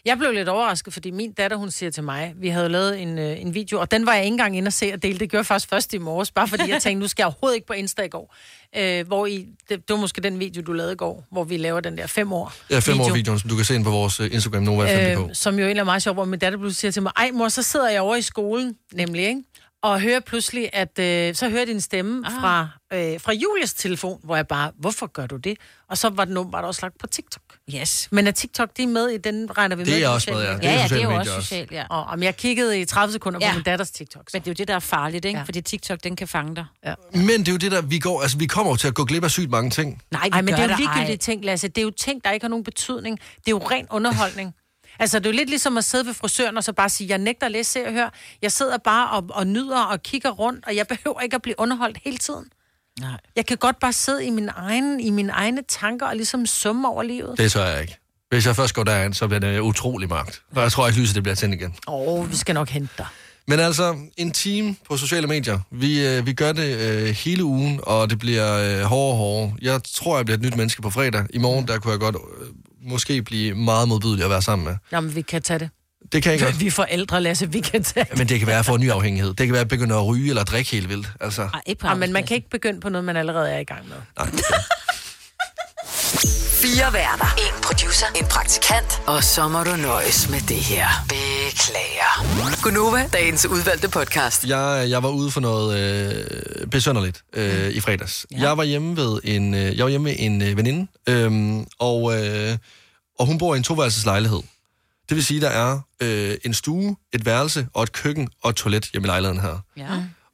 Speaker 2: Jeg blev lidt overrasket, fordi min datter, hun siger til mig, vi havde lavet en, øh, en video, og den var jeg ikke engang inde og se og dele. Det gjorde jeg faktisk først i morges, bare fordi jeg tænkte, nu skal jeg overhovedet ikke på Insta i går. Øh, hvor I, det, det var måske den video, du lavede i går, hvor vi laver den der fem år.
Speaker 4: Jeg er fem
Speaker 2: video.
Speaker 4: år videoen, som du kan se ind på vores øh, Instagram, Nova øh,
Speaker 2: øh, som jo egentlig er meget sjov, hvor min datter pludselig siger til mig, ej mor, så sidder jeg over i skolen, nemlig, ikke? Og hører pludselig, at øh, så hører jeg din stemme ah. fra, øh, fra Julies telefon, hvor jeg bare, hvorfor gør du det? Og så var den åbenbart også lagt på TikTok.
Speaker 3: Yes.
Speaker 2: Men er TikTok, de er med i den, regner vi
Speaker 4: Det
Speaker 2: med?
Speaker 4: er
Speaker 2: i de
Speaker 4: også
Speaker 2: sociale
Speaker 4: med, ja.
Speaker 2: medier?
Speaker 4: Det er Ja, ja, sociale det er jo medier også også.
Speaker 3: socialt, ja.
Speaker 2: Og, om jeg kiggede i 30 sekunder ja.
Speaker 3: Ja.
Speaker 2: på min datters TikTok.
Speaker 3: Men det er jo det, der er farligt, ikke? Ja. Fordi TikTok, den kan fange dig.
Speaker 2: Ja.
Speaker 4: Men det er jo det der, vi går, altså vi kommer jo til at gå glip af sygt mange ting.
Speaker 3: Nej,
Speaker 2: Ej, men det er jo ligegyldige ting, Lasse. Det er jo ting, der ikke har nogen betydning. Det er jo ren underholdning. Altså, det er jo lidt ligesom at sidde ved frisøren og så bare sige, jeg nægter at læse, se og hør. Jeg sidder bare og, og nyder og kigger rundt, og jeg <laughs> behøver ikke at blive underholdt hele tiden.
Speaker 3: Nej.
Speaker 2: Jeg kan godt bare sidde i min egen, i mine egne tanker og ligesom summe over livet.
Speaker 4: Det tør jeg ikke. Hvis jeg først går derind, så bliver det øh, utrolig mørkt. Og jeg tror ikke, lyset det bliver tændt igen.
Speaker 2: Åh, oh, vi skal nok hente dig.
Speaker 4: Men altså, en time på sociale medier. Vi, øh, vi gør det øh, hele ugen, og det bliver øh, hårdere og hårdere. Jeg tror, jeg bliver et nyt menneske på fredag. I morgen, der kunne jeg godt øh, måske blive meget modbydelig at være sammen med.
Speaker 2: Jamen, vi kan tage det.
Speaker 4: Det kan jeg godt.
Speaker 2: Vi er forældre, Lasse, vi kan tage det.
Speaker 4: Men det kan være, at jeg får en ny afhængighed. Det kan være, at jeg begynder at ryge eller drikke helt vildt. Altså,
Speaker 3: ikke
Speaker 2: ja, men man kan ikke begynde på noget, man allerede er i gang med.
Speaker 5: Fire værter. En producer. En praktikant. Og så må du nøjes med det her. Beklager. Gunova, dagens udvalgte podcast.
Speaker 4: Jeg, jeg var ude for noget øh, besønderligt øh, i fredags. Ja. Jeg var hjemme ved en, øh, jeg var hjemme ved en øh, veninde, øhm, og, øh, og hun bor i en toværelseslejlighed. Det vil sige, der er øh, en stue, et værelse og et køkken og et toilet hjemme i lejligheden her.
Speaker 3: Ja.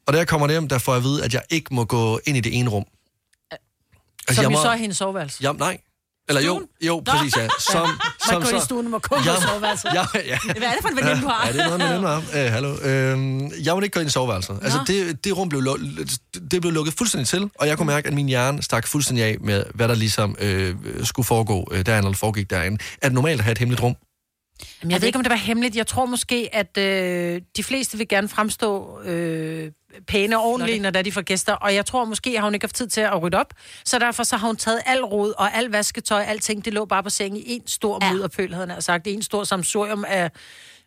Speaker 4: Og da jeg kommer hjem, der får jeg at vide, at jeg ikke må gå ind i det ene rum.
Speaker 2: Altså, Som
Speaker 4: jeg
Speaker 2: jo
Speaker 4: må-
Speaker 2: så er hendes soveværelse.
Speaker 4: Jam, nej. Eller jo, jo, præcis, ja.
Speaker 2: man
Speaker 4: Som, som
Speaker 2: går i
Speaker 4: så.
Speaker 2: stuen, man må kun
Speaker 4: Jam.
Speaker 2: på soveværelset.
Speaker 4: Ja, ja.
Speaker 3: Hvad er det for en veninde, du har?
Speaker 4: Ja, det er noget med den arm. Øh, hallo. Øh, jeg måtte ikke gå ind i soveværelset. Altså,
Speaker 3: Nå.
Speaker 4: det, det rum blev, lu- det blev lukket fuldstændig til, og jeg kunne mærke, at min hjerne stak fuldstændig af med, hvad der ligesom øh, skulle foregå øh, derinde, eller foregik derinde. Er det normalt at have et hemmeligt rum?
Speaker 2: Jamen, jeg ved ikke, om det var hemmeligt. Jeg tror måske, at øh, de fleste vil gerne fremstå øh, pæne og ordentlige, når der de får gæster. Og jeg tror måske, at hun ikke har haft tid til at rydde op. Så derfor så har hun taget al rod og al vasketøj, alting, det lå bare på sengen i en stor ja. mud og pøl, havde han sagt. En stor samsurium af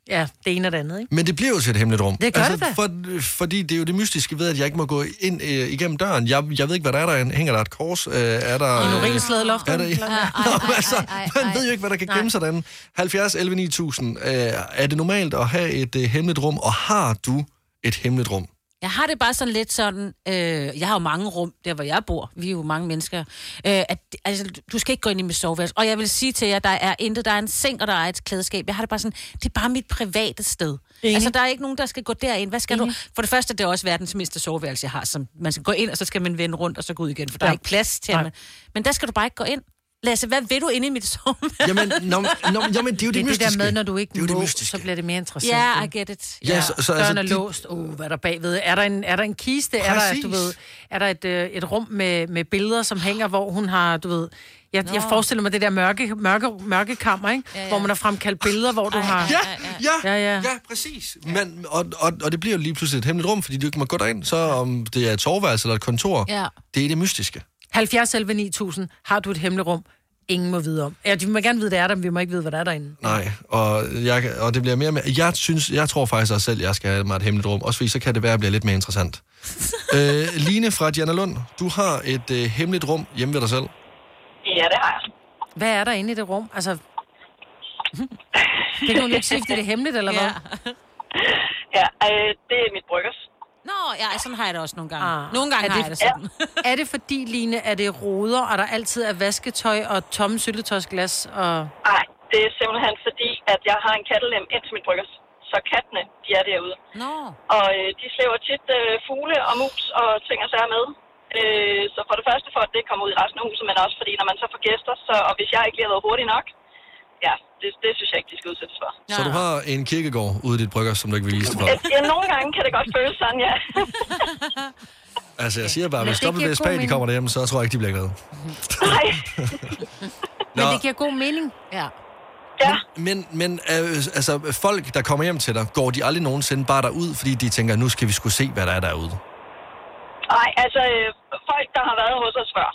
Speaker 2: ja, det ene og det andet, ikke?
Speaker 4: Men det bliver jo til et hemmeligt rum. Altså,
Speaker 2: Det gør det da.
Speaker 4: for, Fordi det er jo det mystiske ved, at jeg ikke må gå ind øh, igennem døren. Jeg, jeg ved ikke, hvad der er derinde. Hænger der et kors? Øh, er der...
Speaker 2: En urinslade i loftet.
Speaker 4: Er der,
Speaker 2: Eller- Ej, ej,
Speaker 4: <laughs> Nå,
Speaker 2: ej,
Speaker 4: altså,
Speaker 2: ej, ej,
Speaker 4: man ved jo ikke, hvad der kan
Speaker 2: nej.
Speaker 4: gemme sig derinde. 70 11 9000. Øh, er det normalt at have et øh, hemmeligt rum, og har du et hemmeligt rum?
Speaker 3: Jeg har det bare sådan lidt sådan, øh, jeg har jo mange rum, der hvor jeg bor, vi er jo mange mennesker, øh, at altså, du skal ikke gå ind i mit soveværelse. Og jeg vil sige til jer, der er intet, der er en seng, og der er et klædeskab. Jeg har det bare sådan, det er bare mit private sted.
Speaker 1: Enig.
Speaker 3: Altså, der er ikke nogen, der skal gå derind. Hvad skal
Speaker 1: Enig.
Speaker 3: du? For det første, det er også verdens mindste soveværelse, jeg har, som man skal gå ind, og så skal man vende rundt, og så gå ud igen, for der ja.
Speaker 1: Ja.
Speaker 3: er ikke plads til
Speaker 1: Nej.
Speaker 3: mig. Men der skal du bare ikke gå ind. Lasse, hvad vil du inde i mit <laughs> soveværelse?
Speaker 4: Jamen, nå, men- nå, men- jamen, det er jo
Speaker 2: det
Speaker 4: det
Speaker 2: der
Speaker 4: mystiske.
Speaker 2: med, når du ikke
Speaker 4: Det er jo det
Speaker 2: må,
Speaker 4: mystiske.
Speaker 2: så bliver det mere interessant.
Speaker 3: Ja,
Speaker 2: ikke?
Speaker 3: I get it.
Speaker 4: Ja, så- så
Speaker 2: Døren
Speaker 4: altså,
Speaker 2: er
Speaker 4: de-
Speaker 2: låst. Uh, hvad er der bagved? Er der en, er der en kiste? Er der,
Speaker 3: Præcis.
Speaker 2: du ved, er der et, øh, et rum med, med billeder, som hænger, hvor hun har, du ved... Jeg, jeg
Speaker 3: Nå.
Speaker 2: forestiller mig det der mørke, mørke, mørke kammer, ikke? Ja, ja. hvor man har fremkaldt billeder, hvor du har...
Speaker 4: Ja, ja, ja, ja, præcis. Men, og, og, og det bliver jo lige pludselig et hemmeligt rum, fordi du ikke må gå derind. Så om det er et soveværelse eller et kontor,
Speaker 2: Ja.
Speaker 4: det er det mystiske.
Speaker 2: 70 11 9000, har du et hemmeligt rum? Ingen må vide om. Ja, de må gerne vide, det er der, men vi må ikke vide, hvad der er derinde.
Speaker 4: Nej, og, jeg, og det bliver mere og mere... Jeg, synes, jeg tror faktisk også selv, jeg skal have mig et hemmeligt rum, også fordi så kan det være, at jeg bliver lidt mere interessant.
Speaker 14: <laughs>
Speaker 4: øh, Line fra Diana Lund, du har et øh, hemmeligt rum hjemme ved dig selv.
Speaker 2: Ja, det har jeg. Hvad er der inde i det rum? Altså, det kan hun jo ikke sige, fordi det er hemmeligt, eller hvad?
Speaker 3: Ja, øh, det er mit bryggers. Nå, ja, sådan har jeg det også nogle gange. Ah, nogle gange
Speaker 2: er
Speaker 3: har jeg det sådan.
Speaker 2: <laughs> Er det fordi, Line, at det er roder, og der altid er vasketøj og tomme syltetøjsglas? Og...
Speaker 3: Nej,
Speaker 14: Det er simpelthen fordi, at jeg har en kattelem ind til mit bryggers. Så kattene, de er derude.
Speaker 3: Nå.
Speaker 14: Og øh, de slæver tit øh, fugle og mus og ting og sager med. Øh, så for det første for, at det ikke kommer ud i resten af huset, men også fordi, når man så får gæster, så, og hvis jeg ikke lige har været hurtig nok, ja, det, det synes jeg ikke, de skal udsættes for.
Speaker 4: Så du har en kirkegård ude i dit brygger, som du ikke vil vise dig for.
Speaker 14: Ja, Altså, ja, nogle gange kan det godt føles sådan, ja. <laughs>
Speaker 4: Altså, jeg siger bare,
Speaker 14: Men
Speaker 4: hvis
Speaker 14: det giver
Speaker 4: WSP
Speaker 14: god
Speaker 4: de
Speaker 14: mening.
Speaker 4: kommer derhjemme, så tror jeg ikke, de bliver glade.
Speaker 14: Nej.
Speaker 4: Nå,
Speaker 1: Men det giver god mening. Ja.
Speaker 4: men, men øh, altså, folk, der kommer hjem til dig, går de aldrig nogensinde bare derud, fordi de tænker, nu skal vi skulle se, hvad der er derude.
Speaker 14: Nej, altså øh, folk, der har været hos os før,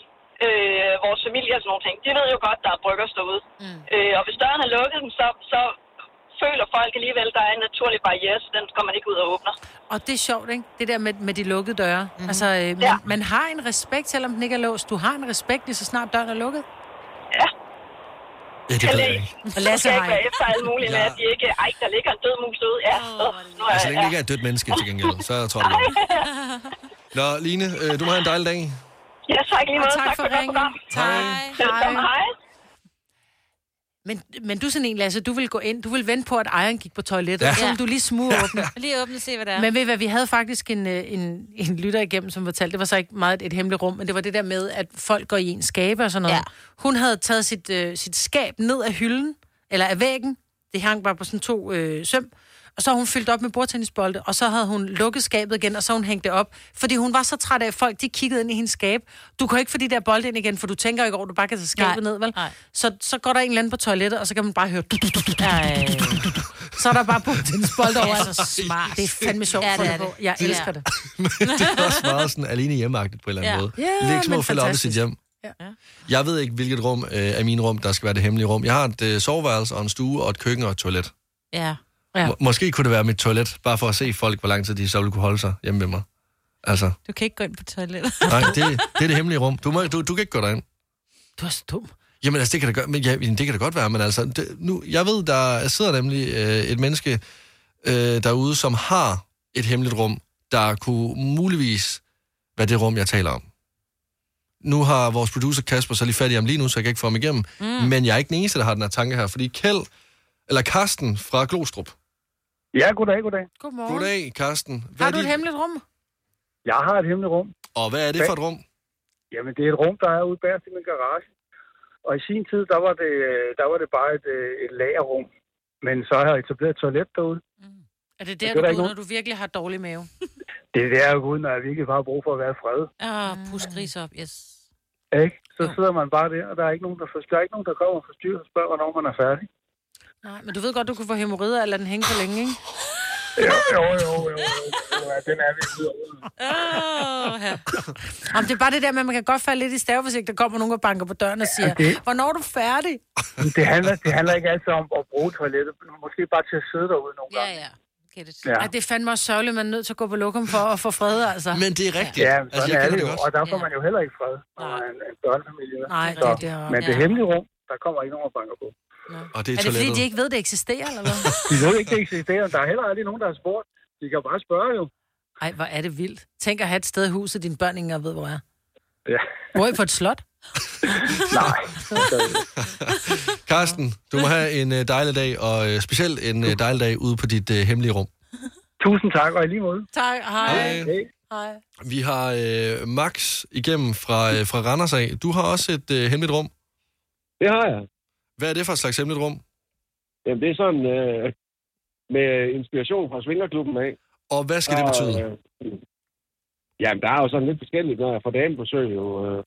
Speaker 14: øh, vores familie og sådan nogle ting, de ved jo godt, der er bryggers derude. Mm. Øh, og hvis døren er lukket, så, så føler folk alligevel, der er en naturlig barriere, så den går man ikke ud og åbner.
Speaker 2: Og det er sjovt, ikke? Det der med, med de lukkede døre.
Speaker 14: Mhm.
Speaker 2: Mm-hmm. Altså, øh, man, man har en respekt, selvom den ikke er låst. Du har en respekt, lige så snart døren er lukket.
Speaker 4: Ja, det
Speaker 14: Kan
Speaker 4: ved jeg
Speaker 14: det-
Speaker 4: ikke.
Speaker 2: Og
Speaker 14: Så
Speaker 2: Lasse
Speaker 14: skal
Speaker 2: har
Speaker 14: jeg ikke være efter alle mulige med,
Speaker 4: Ja.
Speaker 14: at de ikke... Ej, der ligger en død mus derude. Ja, øh, nu er
Speaker 4: Altså, så længe det
Speaker 14: ja.
Speaker 4: ikke er et dødt menneske til gengæld, så tror jeg det. er godt.
Speaker 14: <laughs>
Speaker 4: Nå, Line, øh, du må have en dejlig dag.
Speaker 14: Ja, tak lige
Speaker 2: Og
Speaker 14: måde.
Speaker 2: tak
Speaker 14: Tak
Speaker 2: for
Speaker 14: for et godt
Speaker 2: ringen.
Speaker 14: program.
Speaker 2: Tak.
Speaker 14: Velkommen. Hej.
Speaker 2: Men, men du er sådan en, Lasse, du vil gå ind, du vil vente på, at ejeren gik på toilettet,
Speaker 3: Ja.
Speaker 2: ja. så vil du lige smure ja. åbne.
Speaker 3: Lige åbne og se, hvad der er.
Speaker 2: Men ved I hvad, vi havde faktisk en, øh, en, en lytter igennem, som fortalte, det var så ikke meget et, et hemmeligt rum, men det var det der med, at folk går i en skabe og sådan noget. Ja. Hun havde taget sit, øh, sit skab ned af hylden, eller af væggen, det hang bare på sådan to øh, søm, og så havde hun fyldt op med bordtennisbolde, og så havde hun lukket skabet igen, og så havde hun hængt det op, fordi hun var så træt af, at folk de kiggede ind i hendes skab. Du kan ikke få de der bolde ind igen, for du tænker ikke over, at du bare kan tage skabet
Speaker 3: Nej,
Speaker 2: ned, vel?
Speaker 3: nej.
Speaker 2: Så, så går der en eller anden på toilettet, og så kan man bare høre... Så er der bare <laughs> bordtennisbolde over.
Speaker 3: Det er så smart.
Speaker 2: Det er fandme sjovt
Speaker 3: Ja,
Speaker 2: ja,
Speaker 3: det
Speaker 2: det
Speaker 3: er
Speaker 2: på.
Speaker 3: det.
Speaker 2: Jeg
Speaker 3: Ja.
Speaker 2: elsker det.
Speaker 4: <laughs> det er også meget sådan alene hjemmeagtigt på en eller anden
Speaker 2: Ja.
Speaker 4: måde.
Speaker 2: Ja,
Speaker 4: Læg små
Speaker 2: men
Speaker 4: fælder op i sit
Speaker 2: fantastisk.
Speaker 4: hjem. Jeg ved ikke, hvilket rum øh, af mine rum, der skal være det hemmelige rum. Jeg har et øh, soveværelse og en stue og et køkken og et toilet.
Speaker 3: Ja.
Speaker 2: Ja.
Speaker 4: Må- måske kunne det være mit toilet, bare for at se folk, hvor lang tid de så ville kunne holde sig hjemme med mig. Altså,
Speaker 3: Du kan ikke gå ind på toilettet.
Speaker 4: nej, det, det er det hemmelige rum. Du, må, du, du kan ikke gå derind.
Speaker 2: Du er så dum.
Speaker 4: Jamen altså, det kan da, godt, men, ja, jamen, det kan da godt være, men altså, det, nu, jeg ved, der sidder nemlig øh, et menneske øh, derude, som har et hemmeligt rum, der kunne muligvis være det rum, jeg taler om. Nu har vores producer Kasper så lige fat i ham lige nu, så jeg kan ikke få ham igennem, mm. men jeg er ikke den eneste, der har den her tanke her, fordi Kjeld, eller Karsten fra Glostrup.
Speaker 9: Ja, goddag, goddag.
Speaker 2: Godmorgen.
Speaker 4: Goddag, Karsten. Hvad
Speaker 2: Har
Speaker 4: er
Speaker 2: du et
Speaker 4: dit-
Speaker 2: hemmeligt rum?
Speaker 9: Jeg har et hemmeligt rum.
Speaker 4: Og hvad er det for et rum?
Speaker 9: Jamen, det er et rum, der er ude bagerst i min garage. Og i sin tid, der var det, øh, der var det bare et, øh, et lagerrum. Men så har jeg etableret et toilet derude.
Speaker 2: Er det
Speaker 9: Det
Speaker 2: der,
Speaker 9: er
Speaker 2: du
Speaker 9: der
Speaker 2: går,
Speaker 9: ikke
Speaker 2: når
Speaker 9: nogen-
Speaker 2: du virkelig har dårlig mave?
Speaker 9: Det er der, uden at jeg virkelig bare har brug for at være i fred.
Speaker 3: Ah,
Speaker 2: mm.
Speaker 3: pus gris op, yes.
Speaker 9: Ikke? Så sidder man bare der, og der er ikke nogen, der, for, der, er ikke nogen, der kommer og forstyrrer og spørger, hvornår man er færdig.
Speaker 2: Nej, men du ved godt, du kunne få hemorrider eller den hænge for længe, <laughs> ikke?
Speaker 9: Jo, jo, jo, jo. jo, jo, jo den er vi ude over.
Speaker 3: Oh, ja.
Speaker 2: Jamen, det er bare det der med, at man kan godt falde lidt i stave, hvis ikke der kommer nogen og banker på døren og siger,
Speaker 9: det-
Speaker 2: hvornår er du færdig?
Speaker 9: Men Det handler, det handler ikke altid om at bruge toilettet. Måske bare til at sidde derude nogle gange.
Speaker 2: ja.
Speaker 9: Ja.
Speaker 2: Ja. Ej, det er fandme også sørgeligt, man er nødt til at gå på lokum for at få fred, altså.
Speaker 4: Men det er rigtigt.
Speaker 9: Ja,
Speaker 4: Altså,
Speaker 9: sådan altså,
Speaker 4: jeg
Speaker 9: er
Speaker 4: kender
Speaker 9: det
Speaker 4: det
Speaker 9: jo.
Speaker 4: godt.
Speaker 9: Og der får man jo heller ikke fred, når man er en, en børnefamilie.
Speaker 2: Nej,
Speaker 9: så,
Speaker 2: det er det også.
Speaker 9: Men det
Speaker 2: Ja.
Speaker 9: hemmelige rum, der kommer ikke nogen og banker på.
Speaker 4: Og det er,
Speaker 2: Er det fordi,
Speaker 4: toilettet.
Speaker 2: de ikke ved, det eksisterer, eller hvad?
Speaker 9: De ved ikke, det eksisterer. Der er heller aldrig nogen, der har spurgt. De kan bare spørge jo.
Speaker 2: <laughs> Ej, hvor er det vildt. Tænk at have et sted i huset, dine børn ikke engang ved, hvor er.
Speaker 9: Ja.
Speaker 2: Bor I på et slot?
Speaker 9: Nej.
Speaker 4: Karsten, du må have en øh, dejlig dag, og øh, specielt en øh, dejlig dag ude på dit øh, hemmelige rum.
Speaker 9: Tusind tak, og i lige måde.
Speaker 2: Tak, hej.
Speaker 4: Hej.
Speaker 2: Hej.
Speaker 4: Vi har øh, Max igennem fra, øh, fra Randers af. Du har også et øh, hemmeligt rum.
Speaker 16: Det har jeg.
Speaker 4: Hvad er det for et slags hemmeligt rum?
Speaker 16: Jamen, det er sådan øh, med inspiration fra Svingerklubben af.
Speaker 4: Og hvad skal det betyde?
Speaker 16: Øh, jamen, der er jo sådan lidt forskelligt, når jeg får damebesøg jo. Øh.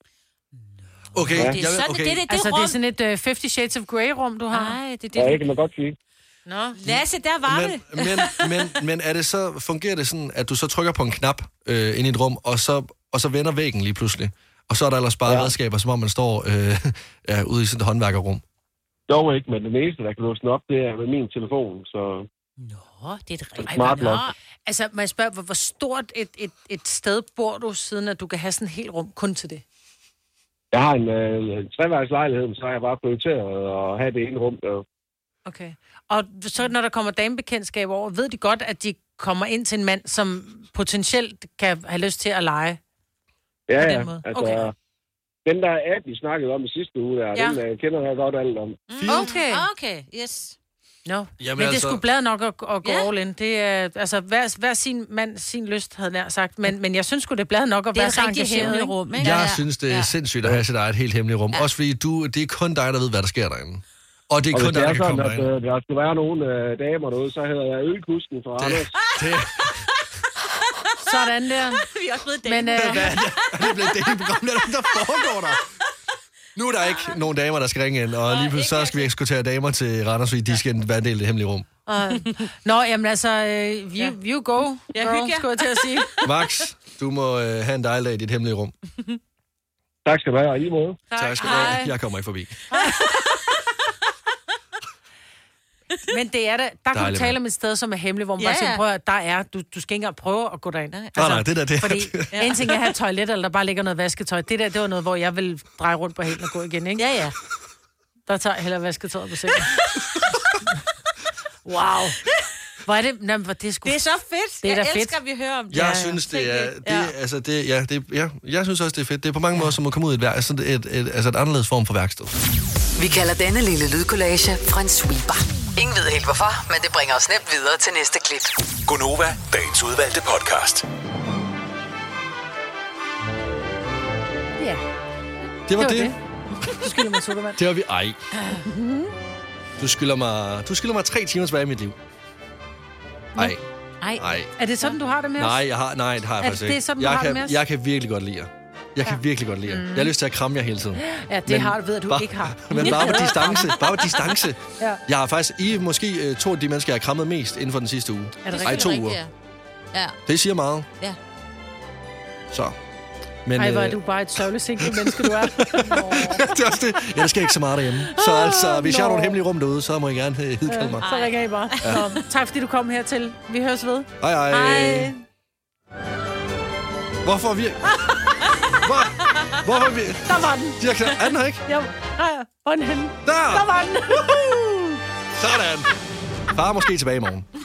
Speaker 4: Okay,
Speaker 16: ja.
Speaker 2: Det er sådan, okay. det, det, det altså, det er sådan Ah. et uh, Fifty Shades of Grey-rum, du har. Nej, det
Speaker 16: Ja, det kan man godt sige.
Speaker 2: Nå, Lasse, der var
Speaker 4: Men, men, men, men er det så, fungerer det sådan, at du så trykker på en knap øh, ind i et rum, og så, og så vender væggen lige pludselig? Og så er der ellers bare ja. redskaber, som om man står øh, <laughs> ja, ude i sådan et håndværkerrum.
Speaker 16: Dog ikke, men den eneste, der kan låse den op, det er med min telefon, så...
Speaker 2: Åh, det er et rigtig
Speaker 16: Smart
Speaker 2: Ej, hvor-
Speaker 16: nok.
Speaker 2: Altså, må jeg spørge, hvor, hvor stort et, et, et sted bor du, siden at du kan have sådan et helt rum kun til det?
Speaker 16: Jeg har en øh, treværelseslejlighed, men så har jeg bare prioriteret at have det ene rum. Der.
Speaker 2: Okay. Og så når der kommer damebekendtskab over, ved de godt, at de kommer ind til en mand, som potentielt kan have lyst til at lege?
Speaker 16: Ja,
Speaker 2: På den
Speaker 16: ja.
Speaker 2: måde.
Speaker 16: Altså,
Speaker 2: Okay.
Speaker 16: Den der app, vi snakkede om i sidste uge, der, ja. den øh, kender jeg godt alt om.
Speaker 2: Okay.
Speaker 3: Okay, yes.
Speaker 2: No.
Speaker 4: Jamen
Speaker 2: Jamen men altså... det
Speaker 4: altså-
Speaker 2: skulle blad nok at, at gå all in. Det er, altså, hver, hver sin mand sin lyst, havde jeg nær sagt. Men, men jeg synes sgu, det er blad nok at
Speaker 3: Det er
Speaker 2: være så
Speaker 3: et rigtig
Speaker 2: engageret.
Speaker 3: hemmeligt
Speaker 2: ikke?
Speaker 3: rum,
Speaker 4: Jeg ja, synes, det
Speaker 2: <laughs>
Speaker 4: er ja. sindssygt at have sit eget helt hemmeligt rum. Ja. Også fordi du, det er kun dig, der ved, hvad der sker derinde. Og det er
Speaker 16: Og
Speaker 4: og kun dig,
Speaker 16: hvis det
Speaker 4: der
Speaker 16: er
Speaker 4: kan
Speaker 16: sådan,
Speaker 4: komme
Speaker 16: at
Speaker 4: derind.
Speaker 16: øh, der skulle være nogle øh, damer derude, så hedder jeg Ølkusken fra Anders.
Speaker 4: <laughs> Det,
Speaker 3: <laughs>
Speaker 2: Sådan der.
Speaker 3: Vi er også blevet
Speaker 2: Men, øh,
Speaker 4: det er blevet det hele program, der, der foregår der. Nu er der ikke nogen damer, der skal ringe ind, og lige pludselig så skal vi ekskortere damer til Randers, fordi de skal være en del af det hemmelige rum.
Speaker 2: Og, nå, jamen altså, øh, you, you go, girl,
Speaker 3: Ja,
Speaker 2: ja,
Speaker 3: hygge jer.
Speaker 2: skulle jeg til at
Speaker 3: <laughs>
Speaker 2: sige.
Speaker 4: Max, du må øh, have en dejlig dag i dit hemmelige rum.
Speaker 16: Tak skal du have, og i måde.
Speaker 4: Tak, Altså, tak skal du
Speaker 2: Hej.
Speaker 4: have. Jeg kommer ikke forbi.
Speaker 2: Men det er da, der kan du
Speaker 4: Dejligt,
Speaker 2: tale
Speaker 4: mand.
Speaker 2: om et sted, som er hemmeligt, hvor man
Speaker 3: Ja,
Speaker 2: ja, bare
Speaker 3: ja.
Speaker 2: siger, prøv at, høre, der er, du, du skal ikke engang prøve at gå derind. Altså, Nej,
Speaker 4: nej, det der, det er-
Speaker 2: Fordi
Speaker 3: Ja.
Speaker 2: en ting er at have et toilet, eller der bare ligger noget vasketøj. Det der, det var noget, hvor jeg ville dreje rundt på hælen og gå igen, ikke? Ja, ja. Der tager jeg hellere vasketøjet på sengen. wow. Hvor er det, nej, hvor det er sgu...
Speaker 3: Det er så fedt.
Speaker 2: Det er da
Speaker 3: jeg
Speaker 2: fedt.
Speaker 3: elsker, at vi hører om det.
Speaker 4: <laughs> Jeg ja, synes, det er... Det, ja. Altså, det, ja, det, ja, jeg synes også, det er fedt. Det er på mange måder som at komme ud i et, vær- sådan et, et, altså et anderledes form for værksted.
Speaker 5: Vi kalder denne lille lydkollage Frans sweeper. Ingen ved helt hvorfor, men det bringer os nemt videre til næste klip.
Speaker 17: Gunova, dagens udvalgte podcast.
Speaker 2: Ja.
Speaker 4: Det var det.
Speaker 2: Du skylder mig sukkervand.
Speaker 4: <laughs> Det var vi... Ej. Du skylder mig, du skylder mig tre timer tilbage i mit liv. Ej.
Speaker 2: Nej.
Speaker 4: Ej.
Speaker 2: Er det sådan, du har det med os?
Speaker 4: Nej, jeg har, nej, det har jeg
Speaker 2: Er
Speaker 4: faktisk
Speaker 2: det
Speaker 4: ikke.
Speaker 2: sådan, du har
Speaker 4: jeg,
Speaker 2: det
Speaker 4: kan,
Speaker 2: med os?
Speaker 4: jeg kan virkelig godt lide jer. Jeg kan virkelig godt lide jer. Jeg har lyst til at kramme jer hele tiden.
Speaker 2: Ja, det
Speaker 4: Men
Speaker 2: har du ved, at du
Speaker 4: bare-
Speaker 2: ikke har.
Speaker 4: <laughs> Men bare på distance. Bare på distance.
Speaker 2: <laughs> Ja.
Speaker 4: Jeg har faktisk... I er måske øh, to af de mennesker, jeg har krammet mest inden for den sidste uge.
Speaker 3: Er det
Speaker 4: Ej, to uger.
Speaker 3: Ja.
Speaker 4: Det siger meget.
Speaker 3: Ja.
Speaker 4: Så.
Speaker 2: Men, Ej, hvor er
Speaker 4: øh,
Speaker 2: du bare et sørgeligt single menneske,
Speaker 4: <laughs>
Speaker 2: du er.
Speaker 4: det er også det. Ja, der sker ikke så meget derhjemme. Så altså, hvis jeg har
Speaker 2: Nå.
Speaker 4: nogle hemmelige rum derude, så må I gerne øh, hidkalde
Speaker 2: Øh,
Speaker 4: mig.
Speaker 2: så ringer I bare.
Speaker 4: Ja.
Speaker 2: Ja. Nå, tak fordi du kom hertil. Vi høres ved.
Speaker 4: Hej, hej.
Speaker 2: Hej.
Speaker 4: Hvorfor er vi... Hvor... Hvorfor er vi...
Speaker 2: Der var den.
Speaker 4: Jeg kan... Er den her ikke?
Speaker 2: Jo, hej. Hvor er den henne?
Speaker 4: Der!
Speaker 2: Der var den.
Speaker 4: Sådan. Far er måske tilbage i morgen.